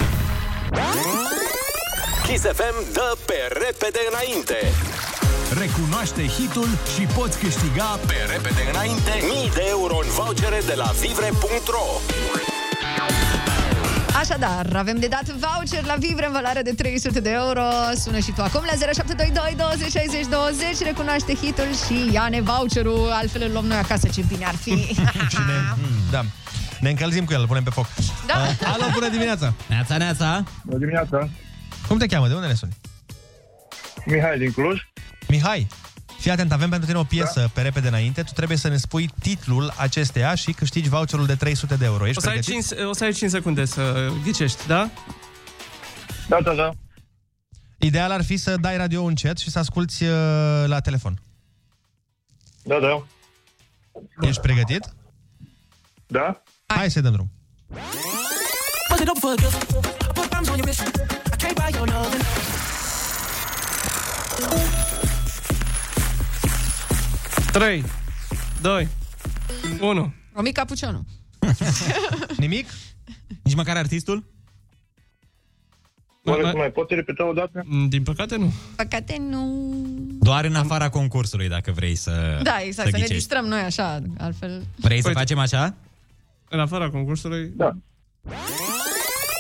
Kiss FM dă pe repede înainte. Recunoaște hitul și poți câștiga Pe repede înainte, mii de euro în vouchere de la vivre.ro. Așadar, avem de dat voucher la Vivre în valoare de 300 de euro. Sună și tu acum la 0722 20 60 20, recunoaște hitul și ia-ne voucherul, altfel îl luăm noi acasă, ce bine ar fi. [laughs] [laughs] Cine? Mm, Da. Ne încălzim cu el, îl punem pe foc. Da. Uh, alo, bună dimineața! Neața, neața! Bună dimineața! Cum te cheamă? De unde ne suni? Mihai din Cluj. Mihai, fii atent, avem pentru tine o piesă da. pe repede înainte. Tu trebuie să ne spui titlul acesteia și câștigi voucherul de 300 de euro. Ești O să, ai pregătit? 5, o să ai 5 secunde să ghicești, da? Da, da, da. Ideal ar fi să dai radio încet și să asculti uh, la telefon. Da, da. Ești pregătit? Da. Hai să dăm drum. Put it up for girl. I put bombs on your wrist. I can't buy your loving. 3, 2, 1. Romica Pucionu. [laughs] Nimic? Nici măcar artistul? Oare tu mai poți repeta o dată? Mm, Din păcate nu. Păcate nu... Doar în afara concursului, dacă vrei să Da, exact, să, ne ghicești. distrăm noi așa, altfel... Vrei să facem așa? În afara concursului? Da.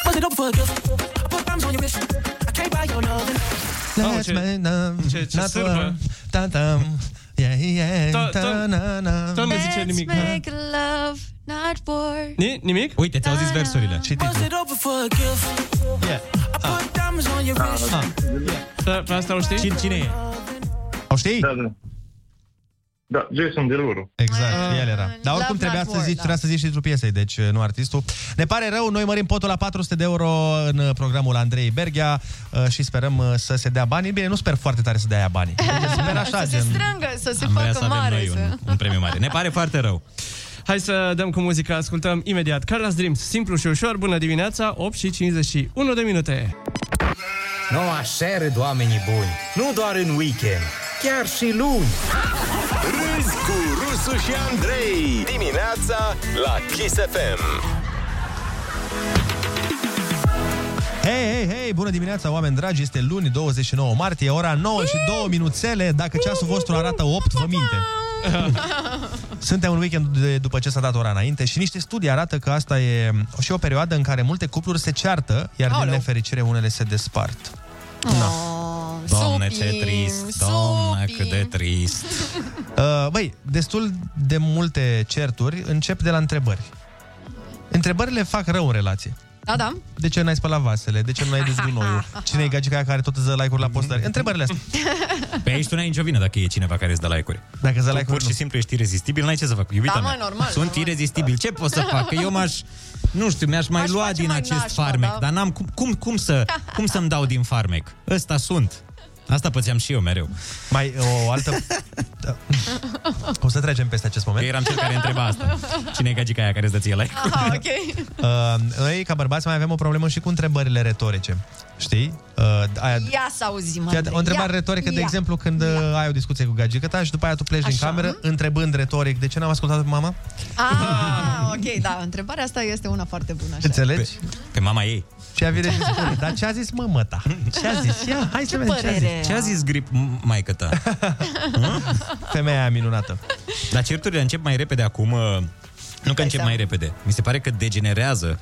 Bust it up for girls. I put bombs on your wrist. I can't buy your loving. Mamă, ce- ce- ce sârbă. Tom- Tom nu Da, zice nimic. Let's make love, not war. Ni- nimic? Uite, ți-au zis versurile. Și Bust it up for girls. I put diamonds on your wrist. Da, pe asta o știi? Cine, cine e? O știi? Da, da. Da, Jason Deluru. Exact, el era. Dar oricum Ah. Love trebuia Not să War, zici, da. trebuia să zici titlul piesei, deci nu artistul. Ne pare rău, noi mărim potul la 400 de euro în uh, programul Andrei Berghea uh, și sperăm uh, să se dea banii. Bine, nu sper foarte tare să dea ea [laughs] banii. Sper așa, [laughs] să se gen... strângă, să se Am vrea facă să avem mare. noi să... Un premiu mare. Ne pare foarte rău. Hai să dăm cu muzica, ascultăm imediat. Carlos Dreams, simplu și ușor, bună dimineața, 8 și 51 de [laughs] minute. Nu așa râd oamenii buni, nu doar în weekend, chiar și luni. Râzi cu Rusu și Andrei Dimineața la Kiss FM Hei, hei, hei, bună dimineața, oameni dragi, este luni 29 martie, ora 9 și 2 minuțele, dacă ceasul vostru arată 8, vă [laughs] minte. Suntem în weekend de, după ce s-a dat ora înainte și niște studii arată că asta e și o perioadă în care multe cupluri se ceartă, iar din Aoleu. nefericire unele se despart. Oh, Doamne, supim, ce trist, doamne, cât de trist. [laughs] Uh, Băi, destul de multe certuri încep de la întrebări. Întrebările fac rău în relație. Da, da. De ce n-ai spălat vasele? De ce nu ai dus gunoiul? Cine e gagica aia care tot îți dă like-uri la postări? Întrebările astea. Pe aici tu n-ai nicio vină dacă e cineva care îți dă like-uri. Dacă îți dă Tu like-uri, pur și simplu ești irezistibil, n-ai ce să fac. Iubita Da, mă, mea. normal, Sunt normal. Da. irezistibil. Ce pot să fac? Că eu m-aș nu știu, mi-aș mai lua din mai acest nașpa, farmec, da. dar n-am cum, cum, cum, să, cum să-mi dau din farmec. Ăsta sunt. Asta pățeam și eu mereu. Mai o altă... [laughs] O să trecem peste acest moment. Eu eram cel care întreba [laughs] asta. Cine e gagica aia care îți dă ție like? Aha, ok. Uh, noi, ca bărbați, mai avem o problemă și cu întrebările retorice. Știi? Uh, aia, Ia să auzim, Fii Andrei. atent, o întrebare ia, retorică, de ia. exemplu, când uh, ai o discuție cu gagica ta și după aia tu pleci din Așa. cameră întrebând retoric, de ce n-am ascultat pe mama? Ah, ok, da, întrebarea asta este una foarte bună. Așa. Înțelegi? Pe, pe mama ei. Și ea vine și spune, dar ce a zis mă, ta? Ce a zis? Ia, hai Ce să vedem ce a părere zis. Ce a zis grip mai ta? Femeia aia minunată. Dar certurile încep mai repede acum. uh, Nu că încep mai repede. Mi se pare că degenerează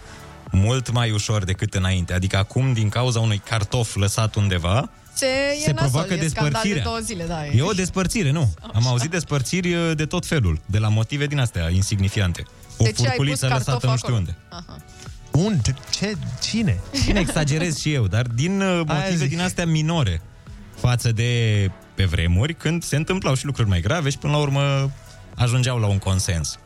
mult mai ușor decât înainte. Adică acum, din cauza unui cartof lăsat undeva, Ce e Se nasol, provoacă e scandal de despărțirea. două zile, da. E o despărțire, nu? Am auzit despărțiri uh, de tot felul, de la motive din astea insignifiante. O De ce ai furculiță pus cartof lăsată nu știu acolo? unde. Aha. Unde? Ce? Cine? Bine, exagerez și eu, dar din uh, motive zic. din astea minore față de pe vremuri, când se întâmplau și lucruri mai grave și până la urmă ajungeau la un consens.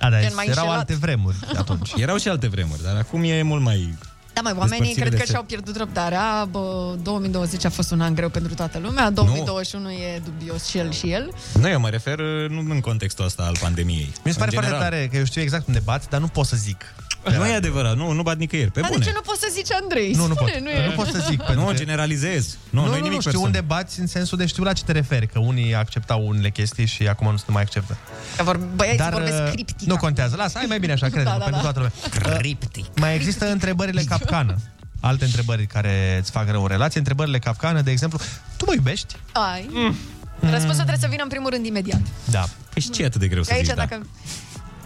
A, dar Gen mai erau înșelat. alte vremuri atunci. [laughs] Erau și alte vremuri, dar acum e mult mai... Da, mai oamenii Despărțire cred de că se- și-au pierdut răbdarea. Bă, 2020 a fost un an greu pentru toată lumea, 2021 e dubios și el și el. Nu, eu mă refer uh, nu în contextul ăsta al pandemiei. Mi se În pare foarte general. Păi tare că eu știu exact unde bat, dar nu pot să zic. Nu e adevărat, nu, nu bat nicăieri, pe Dar bune. de ce nu poți să zici, Andrei? Nu, nu Spune, pot. Nu, e... Nu pot să zic, pentru Nu, că- generalizez. Nu, nu, e nu, nimic nu știu personal. unde bați în sensul de știu la ce te referi, că unii acceptau unele chestii și acum nu se mai acceptă. Vor, băieți Dar vorbesc uh, criptic. nu contează, lasă, ai mai bine [laughs] așa, crede da, Da, da, pentru da. toată lumea. Criptic. Mai există întrebările [laughs] capcană. Alte întrebări care îți fac rău o relație, întrebările capcană, de exemplu, tu mă iubești? Ai. Mm. Răspunsul trebuie să vină în primul rând imediat. Da. Păi și ce e atât de greu Că să aici zici, da? dacă...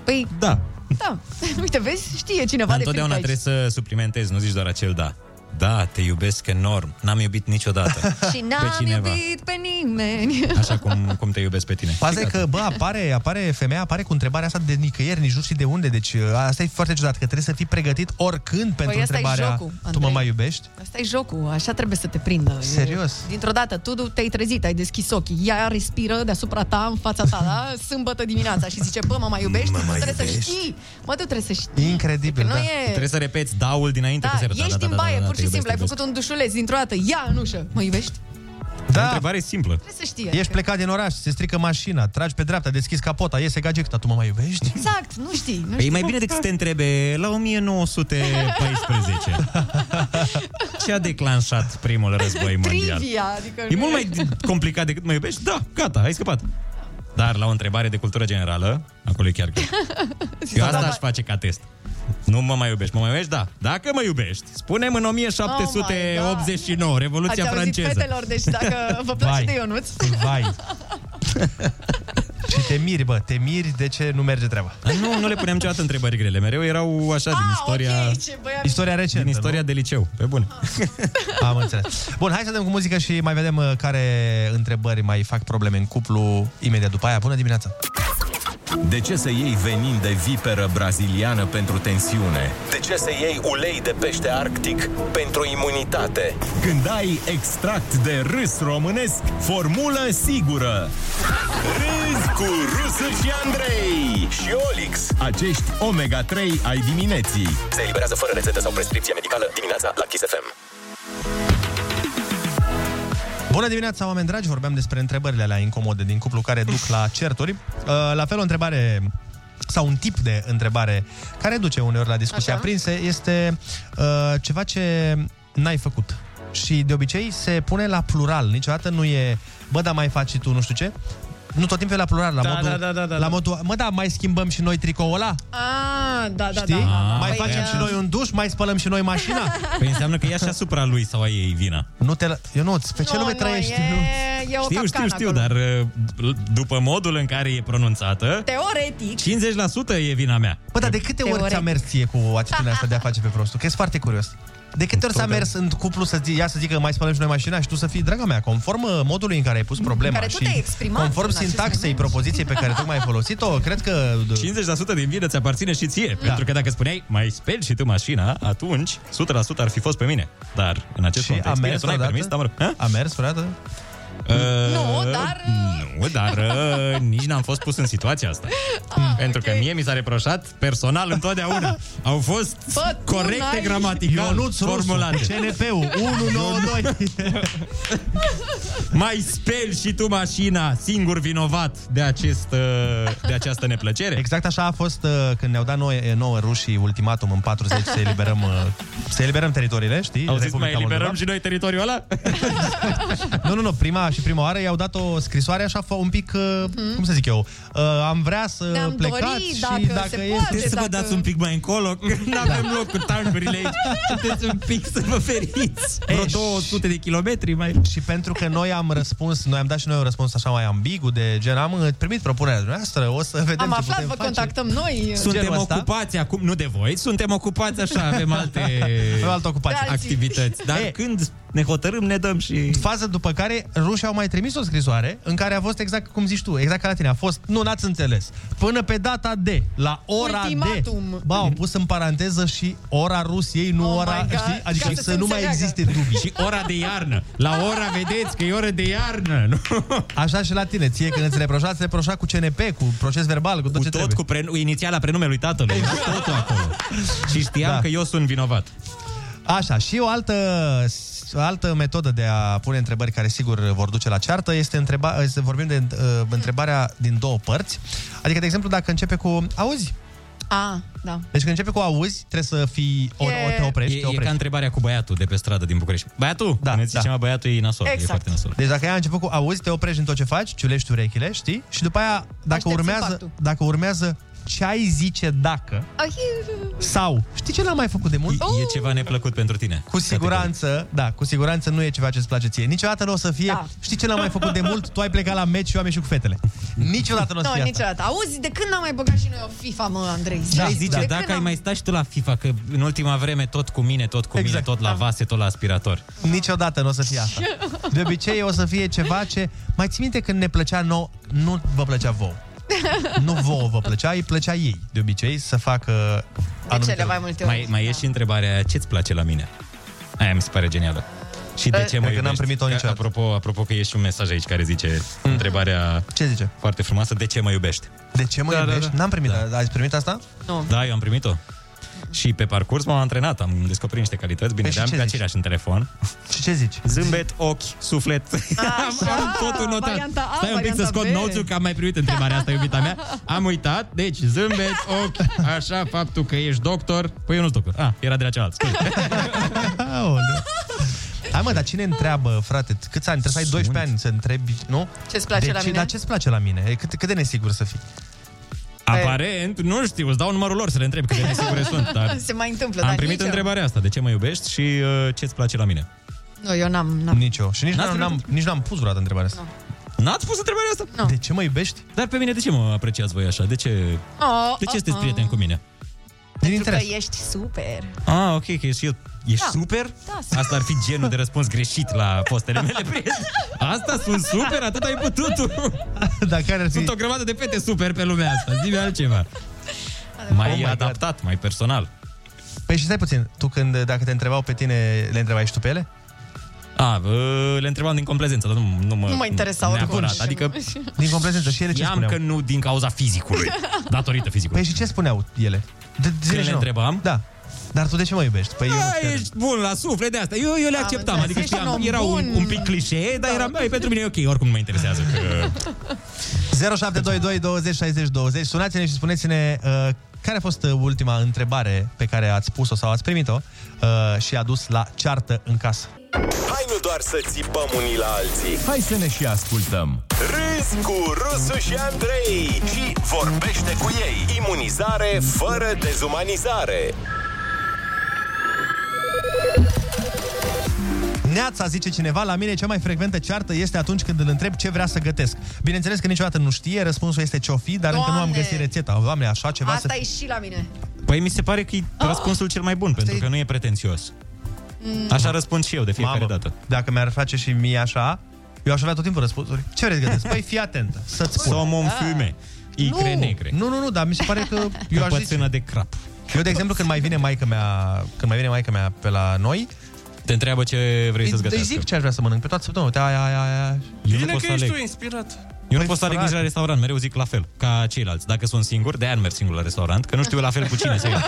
Păi, Da. da. [laughs] Uite, vezi, știe cineva Dar de întotdeauna frică trebuie aici. să suplimentezi, nu zici doar acel da. Da, te iubesc enorm. N-am iubit [laughs] niciodată. Și n-am iubit pe nimeni. Așa cum, cum te iubesc pe tine. Faza e Păi că, bă, apare, apare femeia, apare cu întrebarea asta de nicăieri, nici nu știi de unde. Deci uh, asta e foarte ciudat, că trebuie să fii pregătit oricând pentru Păi ăsta e întrebarea jocul, Tu mă Andrei." mai iubești? Asta e jocul, așa trebuie să te prindă. E- Serios? Dintr-o dată, tu te-ai trezit, ai deschis ochii, ea respiră deasupra ta, în fața ta, [laughs] da? Sâmbătă dimineața și zice, bă, mă mai iubești? Mă Tu mai trebuie iubești? să știi. Mă, tu trebuie să știi. Incredibil, Că nu da. e- Păi Trebuie să repeți daul dinainte. Da, cu seara. ești da, din baie, pur te și iubesc, simplu, ai te iubesc. făcut un dușuleț dintr-o dată, ia în ușă, mă iubești? Da. Întrebare simplă. Trebuie să știe. adică- Ești că- plecat din oraș, se strică mașina, tragi pe dreapta, deschizi capota, iese gagecta, tu mă mai iubești? Exact, nu știi. Nu Păi știi. e mai bine decât să te întrebe [laughs] la 1914. Ce a declanșat [laughs] primul război mondial? Trivia, adică E nu mult mai complicat decât mă iubești? Da, gata, ai scăpat. Dar la o întrebare de cultură generală, acolo e chiar [laughs] greu. Da, Eu asta aș face ca test. Nu mă mai iubești. Mă mai iubești? Da. Dacă mă iubești, spunem în 1789, Revoluția Oh Ați auzit, franceză. fetelor, deci dacă vă place Vai. de Ionuț... Vai. Și te miri, bă, te miri de ce nu merge treaba. Nu, nu le puneam niciodată întrebări grele. Mereu erau așa din istoria... Ah, ok, ce băiat- Istoria recentă, Ah. Din istoria de liceu, pe bune. Am înțeles. Bun, hai să dăm cu muzică și mai vedem uh, care întrebări mai fac probleme în cuplu imediat după aia. Bună dimineața! De ce să iei venin de viperă braziliană pentru tensiune? De ce să iei ulei de pește arctic pentru imunitate? Când ai extract de râs românesc, formulă sigură. Râzi cu Rusu și Andrei și Olix. Acești omega-3 ai dimineții. Se eliberează fără rețetă sau prescripție medicală dimineața la Kiss FM. Bună dimineața, oameni dragi! Vorbeam despre întrebările alea incomode din cuplu care duc la certuri. Uh, La fel, o întrebare sau un tip de întrebare care duce uneori la discuții Așa. aprinse este uh, ceva ce n-ai făcut. Și de obicei se pune la plural. Niciodată nu e, bă, da, mai faci și tu, nu știu ce. Nu tot timpul e la plural, la Da, modul... da, da, da, da, la da. modul mă, da, mai schimbăm și noi tricoul ăla? [laughs] Ah, da, da, Știi? da, da, da. mai Păi, facem uh, și noi un duș, mai spălăm și noi mașina? Păi înseamnă că e așa asupra lui sau a ei vina. Nu te... Eu nu, pe ce nu, lume nu, trăiești? e- E o știu, știu, capcană știu, acolo. dar uh, după modul în care e pronunțată, Teoretic. 50% e vina mea. Bă, dar de câte ori Teoretic. ți-a mers ție cu atitudinea asta de a face pe prostul? Că ești foarte curios. De câte ori s-a mers în cuplu să zic, ia să zică mai spălăm și noi mașina și tu să fii, draga mea, conform uh, modului în care ai pus problema care tu și te-ai exprimat conform în acest sintaxei moment. propoziției pe care tocmai ai folosit-o, cred că... 50% din vină ți aparține și ție, da. pentru că dacă spuneai mai speli și tu mașina, atunci 100% ar fi fost pe mine. Dar în acest Și a context, bine, mers tu n-ai vreodată? permis, dar mă rog. A mers vreodată? Nu, dar... Ă, Nu, dar uh, nici n-am fost pus în situația asta. Ah, Mm. Pentru că mie mi s-a reproșat personal [laughs] întotdeauna. Au fost Bă, tu corecte n-ai- gramatical Ionuț Rusu, formulate. [laughs] CNP-ul, 192. Mai speli și tu mașina, singur vinovat de, acest, uh, de această neplăcere. Exact așa a fost uh, când ne-au dat noi, nouă rușii ultimatum în 40 [laughs] să eliberăm, uh, să eliberăm teritoriile, știi? Au zis, Republica mai eliberăm Moldova. și noi teritoriul ăla? Nu, nu, nu, prima și prima oară i-au dat o scrisoare așa fă- un pic, uh, cum să zic eu, uh, am vrea să Mhm. Ne-am plecați dorit, și dacă se e- poate, Puteți să vă dacă- dați un pic mai încolo, că n-avem Da. loc cu tancurile aici. Puteți un pic să vă feriți. Vreo 200 de kilometri mai... Și pentru că noi am răspuns, noi am dat și noi un răspuns așa mai ambigu, de gen, am uh, primit propunerea dumneavoastră, o să vedem Am ce aflat, putem vă face. contactăm noi. uh, Suntem Genul ăsta? ocupați acum, nu de voi, suntem ocupați așa, avem alte, Avem altă ocupație. De alții. activități. [laughs] Dar E. când ne hotărâm, ne dăm și... Fază după care rușii au mai trimis o scrisoare în care a fost exact cum zici tu, exact ca la tine, a fost, nu, n-ați înțeles, până pe data de, la ora de, Ultimatum. ba, au pus în paranteză și ora Rusiei, nu Oh my ora, God, știi? Adică ca să să, se nu mai înțeleagă. existe dubii. Și ora de iarnă. La ora, vedeți că e ora de iarnă. Nu? Așa și la tine, ție când îți reproșa, îți reproșa cu CNP, cu proces verbal, cu tot Cu ce tot, trebuie. cu, pre... cu inițiala prenumelui tatălui. Era totul acolo. Și știam Da. că eu sunt vinovat. Așa, și o altă, o altă metodă de a pune întrebări care sigur vor duce la ceartă este întreba, să vorbim de uh, întrebarea din două părți. Adică, de exemplu, dacă începe cu auzi, A, da. deci când începe cu auzi, trebuie să fii, o, E- o te oprești, te E, e ca oprești. întrebarea cu băiatul de pe stradă din București. Băiatul? Da, ne zicem, da. băiatul e nasol, exact. e Exact. foarte nasol. Deci dacă ai început cu auzi, te oprești în tot ce faci, ciulești urechile, știi? Și după aia, dacă Aștepți urmează, impactul. dacă urmează ce ai zice dacă, sau știi ce l-am mai făcut de mult? E ceva neplăcut pentru tine. Cu siguranță, da, cu siguranță nu e ceva ce-ți place ție. Niciodată nu o să fie. Da. Știi ce l-am mai făcut de mult? Tu ai plecat la meci și eu am ieșit cu fetele. Niciodată nu o să Nu, fie asta. niciodată. Auzi, de când n-am mai băgat și noi o FIFA, mă, Andrei? Da, De ai zice, "Păi, când dacă ai am- mai stat și tu la FIFA, că în ultima vreme tot cu mine, tot cu exact. mine, tot Da. la vase, tot la aspirator. Niciodată nu o să fie asta. De obicei o să fie ceva ce... Mai ții minte când ne plăcea nou, nu vă plăcea vouă. Nu vouă vă plăcea, îi plăcea ei, de obicei, să facă anumite cele mai multe ori, da. Mai, mai e și întrebarea aia, ce-ți place la mine? Aia mi se pare genială. Și de Eh, ce mă cred că n-am iubești? primit-o Că, niciodată. Mm. Apropo, apropo că e și un mesaj aici care zice întrebarea Ce zice? foarte frumoasă, de ce mă iubești? De ce mă da, iubești? Da, da. N-am primit. Da. Ați primit asta? Nu. Da, eu am primit-o. Și pe parcurs m-am antrenat, am descoperit niște calități. Bine, Păi și le-am ce pe zici? aceleași în telefon. Și ce zici? Zâmbet, ochi, suflet. am, [laughs] am totul notat. varianta A, Stai un pic varianta să scot B. notes că am mai primit întrebarea asta, iubita mea. Am uitat, deci zâmbet, ochi, așa, faptul [laughs] Păi. că ești doctor. Păi eu nu sunt doctor. Ah, era de la cealaltă. scuze. Aoleu. Hai mă, dar cine întreabă, frate, câți ani? Trebuie să ai 12 ani să întrebi, nu? Ce-ți place de la ce- mine? Dar ce-ți place la mine? E, Cât, cât de nesigur să fii? Aparent, nu știu, îți dau numărul lor să le [laughs] întreb, că de sigure sunt, dar Se mai întâmplă, am dar primit nici întrebarea asta, de ce mă iubești și uh, ce-ți place la mine. Eu. Nu, eu n-am, n-am. Nici eu. Și nici N-ați n-am, n-am, nici n-am pus vreodată întrebarea asta. N-ați pus întrebarea asta? Nu. De ce mă iubești? Dar pe mine de ce mă apreciați voi așa? De ce, Oh, de ce oh, sunteți oh. prieteni cu mine? Din Pentru că ești super. Ah, ok, că ești, ești Da. super? Da, sunt. [laughs] Asta ar fi genul de răspuns greșit la postele mele. prieteni. Asta sunt super, atât ai putut [laughs] tu. Dar care ar fi... Sunt o grămadă de fete super pe lumea asta, zi altceva. Oh Mai my oh adaptat, mai personal. Păi și stai puțin, tu când, dacă te întrebau pe tine, le întrebai și tu pe ele? A, bă, le întrebam din complezență, dar nu, nu mă... Nu mă interesau neapărat. atunci. Adică... Din complezență și ele ce Știam spuneau? că nu din cauza fizicului, datorită fizicului. Păi și ce spuneau ele? De, Când le întrebam? Da. Dar tu de ce mă iubești? Păi eu nu Da, ești bun la suflet de asta. Eu, eu le Am acceptam, înțeles, adică Da, ești știam, un om era un, bun. Da. un pic clișee, dar era, băi, pentru mine e ok, oricum nu mă interesează. Că... 0722 20 60 20 Sunați-ne și spuneți-ne uh, care a fost uh, ultima întrebare pe care ați pus-o sau ați primit-o uh, și a dus la ceartă în casă. Hai nu doar să țipăm unii la alții Hai să ne și ascultăm. Râzi cu Rusu și Andrei Și vorbește cu ei Imunizare fără dezumanizare Neața, zice cineva, la mine cea mai frecventă ceartă este atunci când îl întreb ce vrea să gătesc. Bineînțeles că niciodată nu știe, răspunsul este ciofi, dar Doamne. încă nu am Doamne! găsit rețeta. Doamne, așa ceva Asta să... e Oh! și la mine. Păi mi se pare că e răspunsul cel mai bun, pentru că nu e pretențios. Mm, Așa răspund și eu de fiecare Mamă, dată. Dacă mi-ar face și mie așa, eu aș avea tot timpul răspunsuri. Ce vreți [laughs] să gătesc? Păi fii atentă, să-ți spun. Somon fume, icre nu. negre. Nu, nu, nu, dar mi se pare că eu Eu aș zice... pățână de crap. Eu, de exemplu, când mai vine maica mea, când mai vine maica mea pe la noi, te întreabă ce vrei să-ți Îi gătească. zic ce aș vrea să mănânc pe toată săptămâna. Uite, aia, aia, aia. Bine că ești tu inspirat. Eu nu Păi, pot să aleg frate. nici la restaurant, mereu zic la fel, ca ceilalți. Dacă sunt singur, de aia nu merg singur la restaurant, că nu știu eu la fel cu cine să [laughs] iau.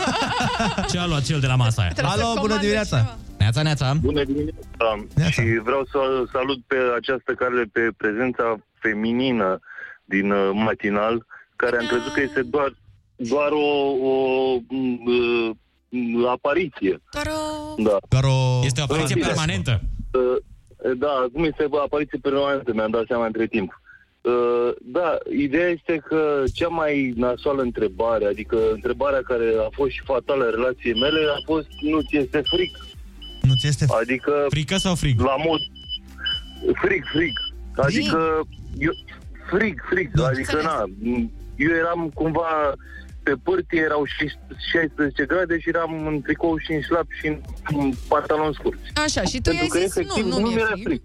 Ce a luat cel de la masa aia? Trebuie să Alo, bună comande dimineața! cineva. Neața, neața! Bună dimineața! Și vreau să salut pe această cale pe prezența feminină din uh, matinal, care am crezut că este doar, doar o, o m, uh, m, apariție. Doar o... Da. Doar o... Este o apariție permanentă. Da, cum este o apariție permanentă, mi-am dat seama între timp. Uh, Da, ideea este că cea mai nasoală întrebare, adică întrebarea care a fost și fatală a relației mele, a fost nu ți este fric? Nu ți este Adică... Frică sau frig? La mod... Frig, frig. Adică... Eu, frig, frig. Da. Adică, na, eu eram cumva... Pe pârtie erau și- 16 grade și eram în tricou și în șlap și în, în pantalon scurt. Așa, și tu i-ai Pentru că zis, nu, efectiv nu nu mi-e mi-era fric. fric.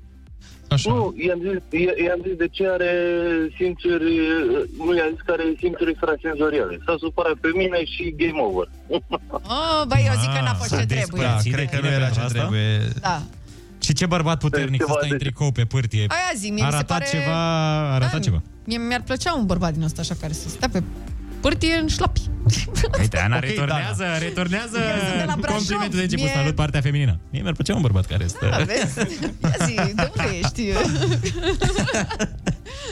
Așa. Nu, i-am zis, i- i-am zis de ce are simțuri, nu i-am zis că are simțuri extrasenzoriale. S-a supărat pe mine și game over. Oh, băi, eu zic că n-a fost ce trebuie. Da, cred că nu era ce trebuie. Da. Și ce bărbat puternic să stai în tricou pe pârtie. Aia zic, mie mi se arătat pare- ceva, arătat Da, [laughs] ceva. Mie mi-ar plăcea un bărbat din ăsta așa care să stea pe pârtie în șlapi. Uite, Ana Ok, retornează, retornează Eu sunt de la Brașov, complimentul de început. mie- Salut partea feminină. Mie mi-ar plăcea un bărbăt care stă. Da, [laughs] vezi? Ia zi, de unde [laughs] ești?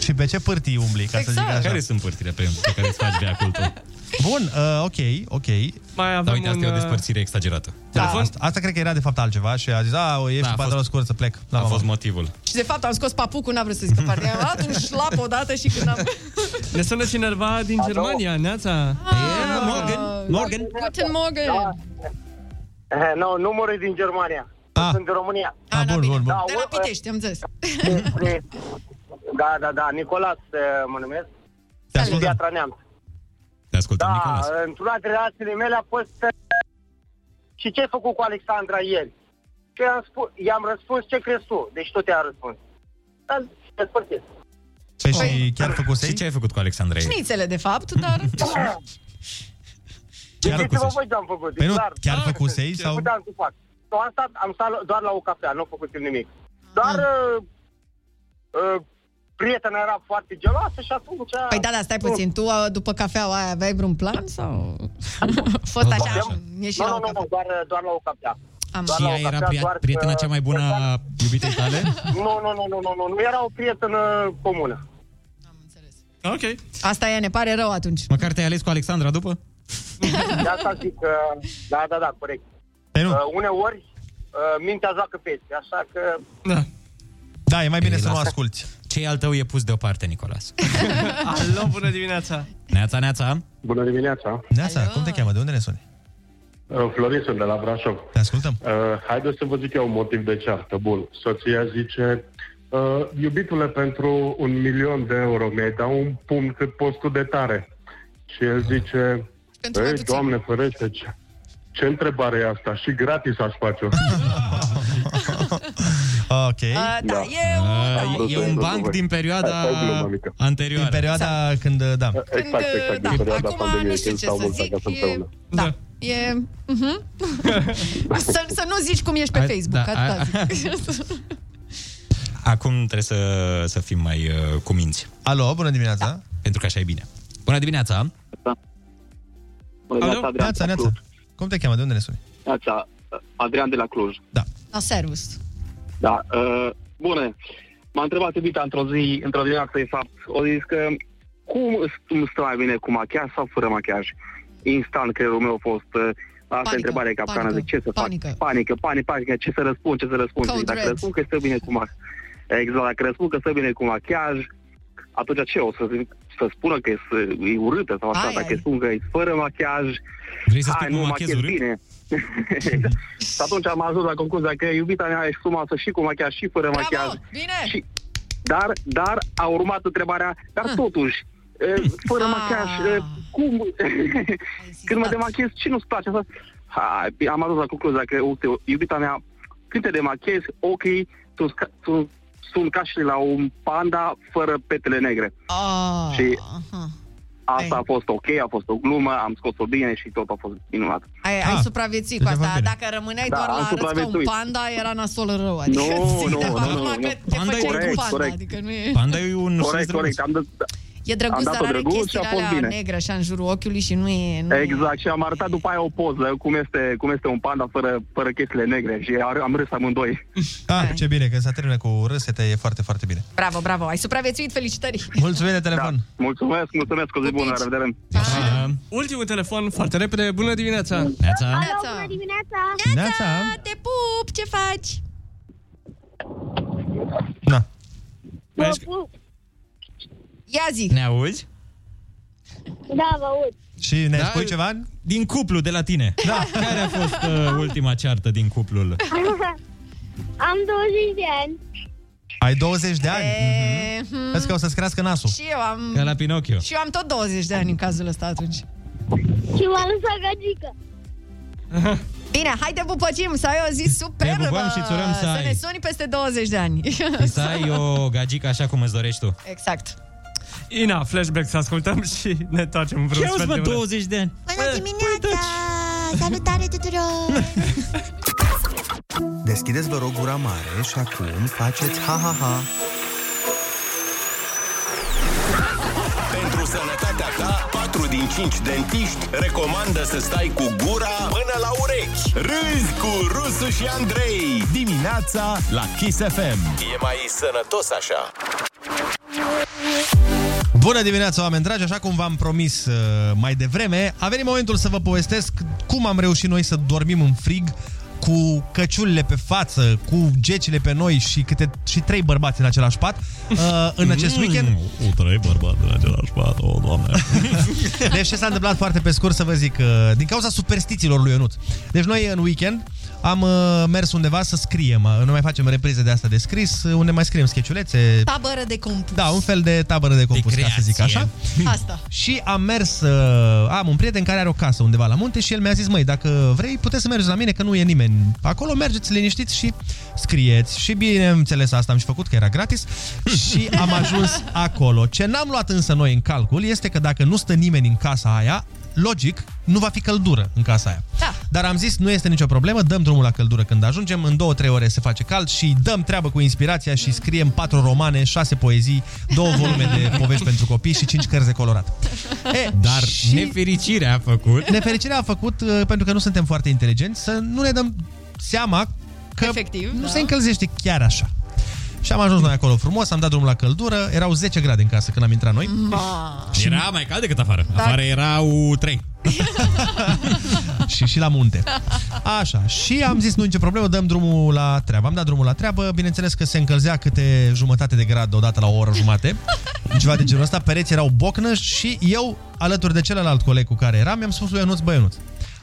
Și pe ce pârtii umbli, ca să Exact. zic așa. Care sunt pârtile pe, pe care îți faci veacul tău? Bun, uh, ok, ok. Mai Dar uite, asta e o despărțire exagerată. Da, asta, asta cred că era de fapt altceva și a zis, a, o, ești da, a cu pantalon scurt să plec. A fost motivul. și de fapt am scos papucul, n-am vrut să zic partea. Am luat un șlap odată și când am... Ne sună cineva din Germania, Neața. Ah, Guten Morgen. Eh, Nu, nu murit din Germania. Ah. Sunt din România. Ah, bun, bun, bun. Da, De la Pitești, am înțeles. eh, da, da, da, Nicolas eh, mă numesc. Te ascultăm. Piatra Neamț. Te ascultăm, da, Nicolas. într-una dintre relațiile mele a fost... eh, Și ce ai făcut cu Alexandra ieri? Și i-am, spus, i-am răspuns ce crezi tu. Deci tot i-am răspuns. Dar despărțit. Păi și chiar făcusei? Și ce ai făcut cu Alexandra? ieri? Șnițele, de fapt, dar... Ce ai făcut? Gândiți-vă voi ce am făcut. Păi nu, clar. chiar făcusei Ce sau- Puteam să fac. Eu am stat, am stat doar la o cafea, nu am făcut nimic. Doar Ah. uh, uh, prietena era foarte geloasă și atunci... Mm. Păi da, da, stai puțin. Tu, uh, după cafeaua aia, aveai vreun plan [laughs] sau... Fost așa, ieși nu, la nu, o nu, nu, doar, doar la o cafea. Am. Doar Și la ea o era cafea, doar pria- că- prietena cea mai bună a iubitei tale? Nu, nu, nu, nu, nu, nu, nu, era o prietenă comună. Ok. Asta e, ne pare rău atunci. Măcar te-ai ales cu Alexandra după? De asta zic că... Da, da, da, corect. Păi nu. Uh, uneori, uh, mintea joacă peste, așa că... Da, e mai bine Ei, să nu lasă. asculti. Cei al tău e pus deoparte, Nicolas. Ah, Alo, bună dimineața! Neața, neața. Bună dimineața. Neața, cum te cheamă? De unde ne suni? Uh, Florin sunt de la Brașov. Te ascultăm. Uh, haideți să vă zic eu un motiv de ceartă. Bun, soția zice... Uh, iubitule, pentru un milion de euro mi-ai dat un pumn cât poți tu de tare. Și el zice... Ei, doamne, ferește, ce, Deci, ce întrebare e asta? Și gratis aș face-o. Ok. A, da, e un- Ah, e un banc din perioada anterioară. Din perioada când, uh, da. Exact, exact, din perioada pandemiei, nu știu când ce stau să mulți zic, acasă e- împreună. Da. E... mhm. [laughs] să, să nu zici cum ești pe Hai, Facebook, da, atâta a- zic. [laughs] Acum trebuie să, să fim mai uh, cuminți. Alo, bună dimineața. Da. Pentru că așa e bine. Bună dimineața. Da. Bună dimineața, Adrian. Neața, Neața. Cum te cheamă? De unde ne suni? Neața, Adrian de la Cluj. no, servus. Da. Uh, bună. M-a întrebat iubita într-o zi, într-o dimineață, de fapt, o zis că cum îți- îmi stă mai bine cu machiaj sau fără machiaj? Instant creierul meu a fost uh, asta e întrebare capcană, zic ce să panică. fac? Panică, panică, panică, ce să răspund, ce să răspund? Code Zic, dacă red. răspund că stă bine cu machiaj, exact, dacă răspund că stă bine cu machiaj, atunci ce o să, zic- să spună că e, s- e urâtă sau așa, Ai, dacă ai. spun că e fără machiaj, Vrei să spui nu, machiez bine. [laughs] și atunci am ajuns la concluzia că iubita mea e frumoasă și cu machiaj și fără Bravo, machiaj. bine! Și, dar, dar a urmat întrebarea, dar totuși, eh, fără machiaj, eh, cum? [laughs] Când mă demachez, ce nu-ți place? Asta- Hai, bine, am ajuns la concluzia că, uite, iubita mea, când te demachezi, ochii sunt, ca- sunt, sunt ca și la un panda fără petele negre. Ah, Și asta a fost ok, a fost o glumă, am scos-o bine și tot a fost minunat. ai, Ah, ai supraviețuit deci cu asta. Dacă rămâneai Da, doar am la arăt ca un supraviețuit. panda, era nasol rău. Adică Nu, ții nu, de nu, fapt nu, numai nu. că te Panda e făceai corect, cu panda. corect. Adică nu e... e un Corect, corect. Am dat, [laughs] E drăguț, Am dar dat-o are drăguț și a chestiile fost alea bine. negre așa în jurul ochiului și nu e... Nu e... Exact, și am arătat după aia o poză cum este, cum este un panda fără, fără chestiile negre și ar- am râs amândoi. Ah, ce bine, că s-a terminat cu râsete, e foarte, foarte bine. Bravo, bravo, ai supraviețuit, felicitări! Mulțumim de telefon. Da. Mulțumesc, mulțumesc, o zi bună, la revedere. Da. Ultimul telefon, foarte repede, bună dimineața! Alo, bună dimineața! Neața. Da. Te pup, ce faci? Vă pup! Ia zi! Ne auzi? Da, vă aud! Și ne da, spui ceva? Din cuplu de la tine. Da. [laughs] Care a fost uh, ultima ceartă din cuplul? [laughs] Am 20 de ani. Ai 20 de ani? E, Mhm. Vezi că o să-ți crească nasul. Și eu am... Ca la Pinocchio. Și eu am tot 20 de ani în cazul ăsta atunci. Și m-a lăsat gagică. Bine, hai te pupăcim, să ai o zi superbă! pupăm și îți urăm să ai. Păi ne suni peste 20 de ani! Să ai o gagică așa cum îți dorești tu. [laughs] Exact. Ina, flashback să ascultăm și ne întoarcem în vreun Ce auzi, sfert mă, de oră. 20 de ani? Bună dimineața! Ah, Salutare tuturor! Deschideți, vă rog, gura mare și acum faceți ha-ha-ha. Pentru sănătatea ta, 4 din 5 dentiști recomandă să stai cu gura până la urechi. Râzi cu Rusu și Andrei. Dimineața la Kiss FM. E mai sănătos așa. Bună dimineața, oameni dragi! Așa cum v-am promis uh, mai devreme, a venit momentul să vă povestesc cum am reușit noi să dormim în frig cu căciulile pe față, cu gecile pe noi și câte și trei bărbați în același pat uh, în acest Mm. weekend. Cu trei bărbați în același pat, o, doamne. [laughs] Deci ce s-a întâmplat foarte pe scurt să vă zic, uh, din cauza superstițiilor lui Ionuț. Deci noi în weekend am uh, mers undeva să scriem, uh, noi mai facem reprize de asta de scris, uh, unde mai scriem skeciulețe. Tabără de compus. deci- Da, un fel de tabără de compus, ca să zic creație. așa. Asta. Și am mers, uh, am un prieten care are o casă undeva la munte și el mi-a zis, măi, dacă vrei, puteți să mergeți la mine, că nu e nimeni acolo, mergeți liniștiți și scrieți. Și bineînțeles, asta am și făcut, că era gratis și am ajuns acolo. Ce n-am luat însă noi în calcul este că dacă nu stă nimeni în casa aia, logic, nu va fi căldură în casa aia. Da. Dar am zis, nu este nicio problemă, dăm drumul la căldură când ajungem, în 2-3 ore se face cald și dăm treabă cu inspirația și scriem patru romane, 6 poezii, două volume de povești pentru copii și 5 cărți de colorat. E, Dar și... nefericirea a făcut. Nefericirea a făcut, uh, pentru că nu suntem foarte inteligenți, să nu ne dăm seama că Efectiv, nu da. se încălzește chiar așa. Și am ajuns noi acolo frumos, am dat drumul la căldură, erau 10 grade în casă când am intrat noi. Ma. Era mai cald decât afară. Da. Afară erau 3. [laughs] și, și la munte. Așa, și am zis, nu nicio problemă, dăm drumul la treabă. Am dat drumul la treabă, bineînțeles că se încălzea câte jumătate de grad odată la o oră jumate, ceva de genul ăsta, pereții erau bocnă și eu, alături de celălalt coleg cu care eram, mi-am spus lui Ionuț, bă Ionuț,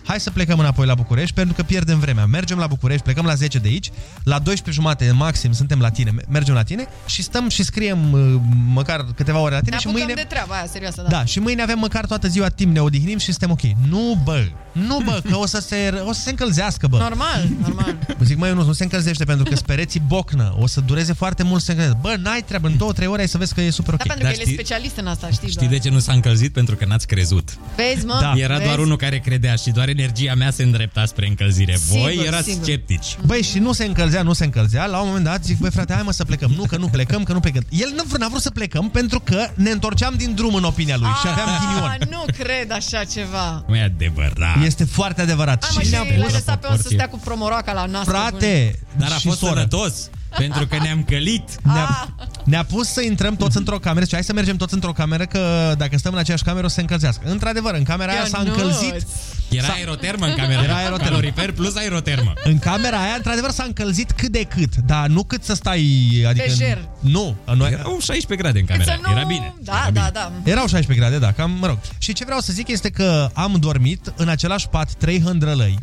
hai să plecăm înapoi la București pentru că pierdem vremea. Mergem la București, plecăm la 10 de aici, la 12 jumate maxim suntem la tine, mergem la tine și stăm și scriem uh, măcar câteva ore la tine Ne și apucăm mâine... de treaba aia, serioasă, da. Da, și mâine avem măcar toată ziua timp, ne odihnim și suntem ok. Nu, bă, nu, bă, că o să se, o să se încălzească, bă. Normal, normal. Da, Zic, măi, nu, nu se încălzește pentru că spereții bocnă. O să dureze foarte mult să se încălzească. Bă, n-ai treabă, în 2-3 ore ai să vezi că e super ok. Da, pentru că el e specialist în asta, știi? da. Știi de ce nu s-a încălzit? Pentru că n-ați crezut. Da. Vezi, mă? Era vezi? doar unul care credea și doar energia mea se îndrepta spre încălzire. Voi Sigur, erați sigur. sceptici. Mm. Băi, și nu se încălzea, nu se încălzea. La un moment dat zic, băi frate, hai mă să plecăm. Nu, că nu plecăm, că nu plecăm. El n-a vrut, n-a vrut să plecăm pentru că ne întorceam din drum în opinia lui și Ah. aveam ghinion. A, nu cred așa ceva. Nu e adevărat. Este foarte adevărat. Hai mă, și ne-a l-ai pus- lăsat pe om să stea cu promoroaca la nas. Frate, Dar a și fost soră. sănătos, pentru că ne-am călit. Ne-a, ne-a pus să intrăm toți într-o cameră și hai să mergem toți într-o cameră că dacă stăm în aceeași cameră o să se încălzească. Într-adevăr, în camera aia s-a Ionuț! încălzit. Era S-a- aerotermă în camera. Era aerotermă. Calorifer plus aerotermă. În camera aia, într-adevăr, s-a încălzit cât de cât, dar nu cât să stai... Adică, Lejer. Nu. Noi... Erau 16 grade în Cât să nu... Da, da, da. Erau 16 grade, da, cam, mă rog. Și ce vreau să zic este că am dormit în același pat 3 hândrălăi.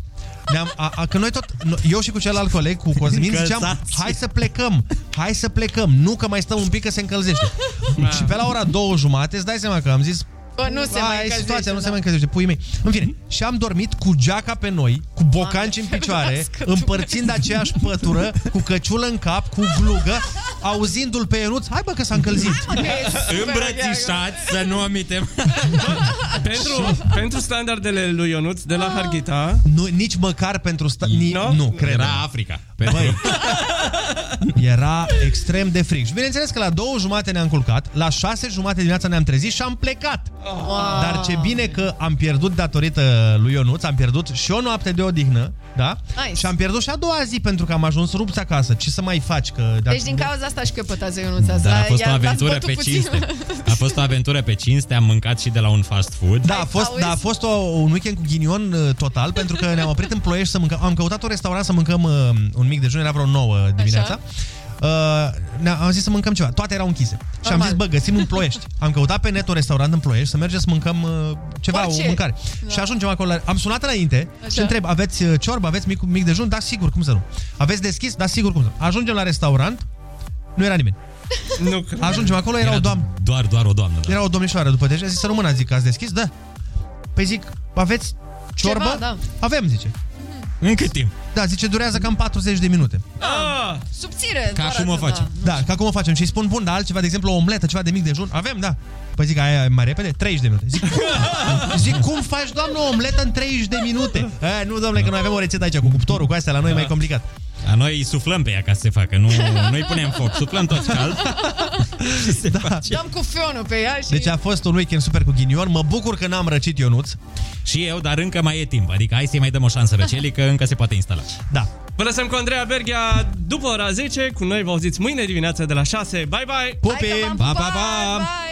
Ne-am, a, a, că noi tot, no- eu și cu celălalt coleg, cu Cosmin, ziceam, Încălzați. hai să plecăm, hai să plecăm, nu că mai stăm un pic că se încălzește. Da. și pe la ora două jumate, îți dai seama că am zis, Bă, nu se "Aia mai e încălzește, situația, nu da." se mai încălzește, puii mei. În fine, și am dormit cu geaca pe noi, cu bocanci în picioare, ferească împărțind aceeași pătură, cu căciulă în cap, cu glugă, auzindu-l pe Ionuț, hai bă că s-a încălzit. Hai, mă, că e super Îmbrățișați să nu omitem. [laughs] pentru, pentru standardele lui Ionuț de la Harghita... Nu, nici măcar pentru... Sta- ni- no? nu, cred. Era Africa. Băi, [laughs] era extrem de fric. Și bineînțeles că la două jumate ne-am culcat, la șase jumate dimineața ne-am trezit și am plecat. Ah. Dar ce bine că am pierdut datorită lui Ionuț, am pierdut și o noapte de odihnă, da? Nice. Și am pierdut și a doua zi pentru că am ajuns rupți acasă. Ce să mai faci? Că dacă... Deci din cauza asta și căpătează Ionuț azi. Dar a la- fost o i-a- l-ați aventură bătut pe puțin. cinste. [laughs] A fost o aventură pe cinste, am mâncat și de la un fast food. Da, a fost, da, a fost o, un weekend cu ghinion uh, total [laughs] pentru că ne-am oprit în Ploiești să mâncăm. Am căutat un restaurant să mâncăm uh, un mic dejun, era vreo 9 dimineața. Uh, ne-am am zis să mâncăm ceva. Toate erau închise. Și am Normal. zis, bă, găsim în [laughs] Ploiești. Am căutat pe net un restaurant în Ploiești să mergem să mâncăm uh, ceva, Orice. o mâncare. Da. Și ajungem acolo. La... Am sunat înainte Așa. și întreb, aveți uh, ciorbă, aveți mic, mic dejun? Da, sigur, cum să nu. Aveți deschis? Da, sigur, cum să nu. Ajungem la restaurant, nu era nimeni. Nu Ajungem acolo, era, o doamnă. Doar, doar o doamnă. Era o domnișoară după deja, zis română, zic, ați deschis? Da. Păi zic, aveți ciorbă? Ceva, da. Avem, zice. Mhm. În cât timp? Da, zice, durează cam 40 de minute. Ah, subțire. doar atât, Da, ca cum o facem. Și îi spun, bun, dar altceva, de exemplu, o omletă, ceva de mic dejun? Avem, da. Păi zic, aia e mai repede? 30 de minute. Zic, [laughs] cum? zic, cum faci, doamnă, o omletă în 30 de minute? A, nu, doamne, că noi avem o rețetă aici cu cuptorul, cu astea, la noi Da. e mai complicat. A noi îi suflăm pe ea ca să se facă, nu, noi punem foc, suflăm toți [laughs] cald. Da. da. Dăm cu fionul pe ea și... Deci a fost un weekend super cu ghinion. Mă bucur că n-am răcit Ionuț. Și eu, dar încă mai e timp, adică hai să-i mai dăm o șansă pe Celi, că încă se poate instala. Da. [laughs] Vă lăsăm cu Andreea Berghia după ora 10. Cu noi vă auziți mâine dimineața de la 6. Bye, bye! Pupim! Pa, pa, pa!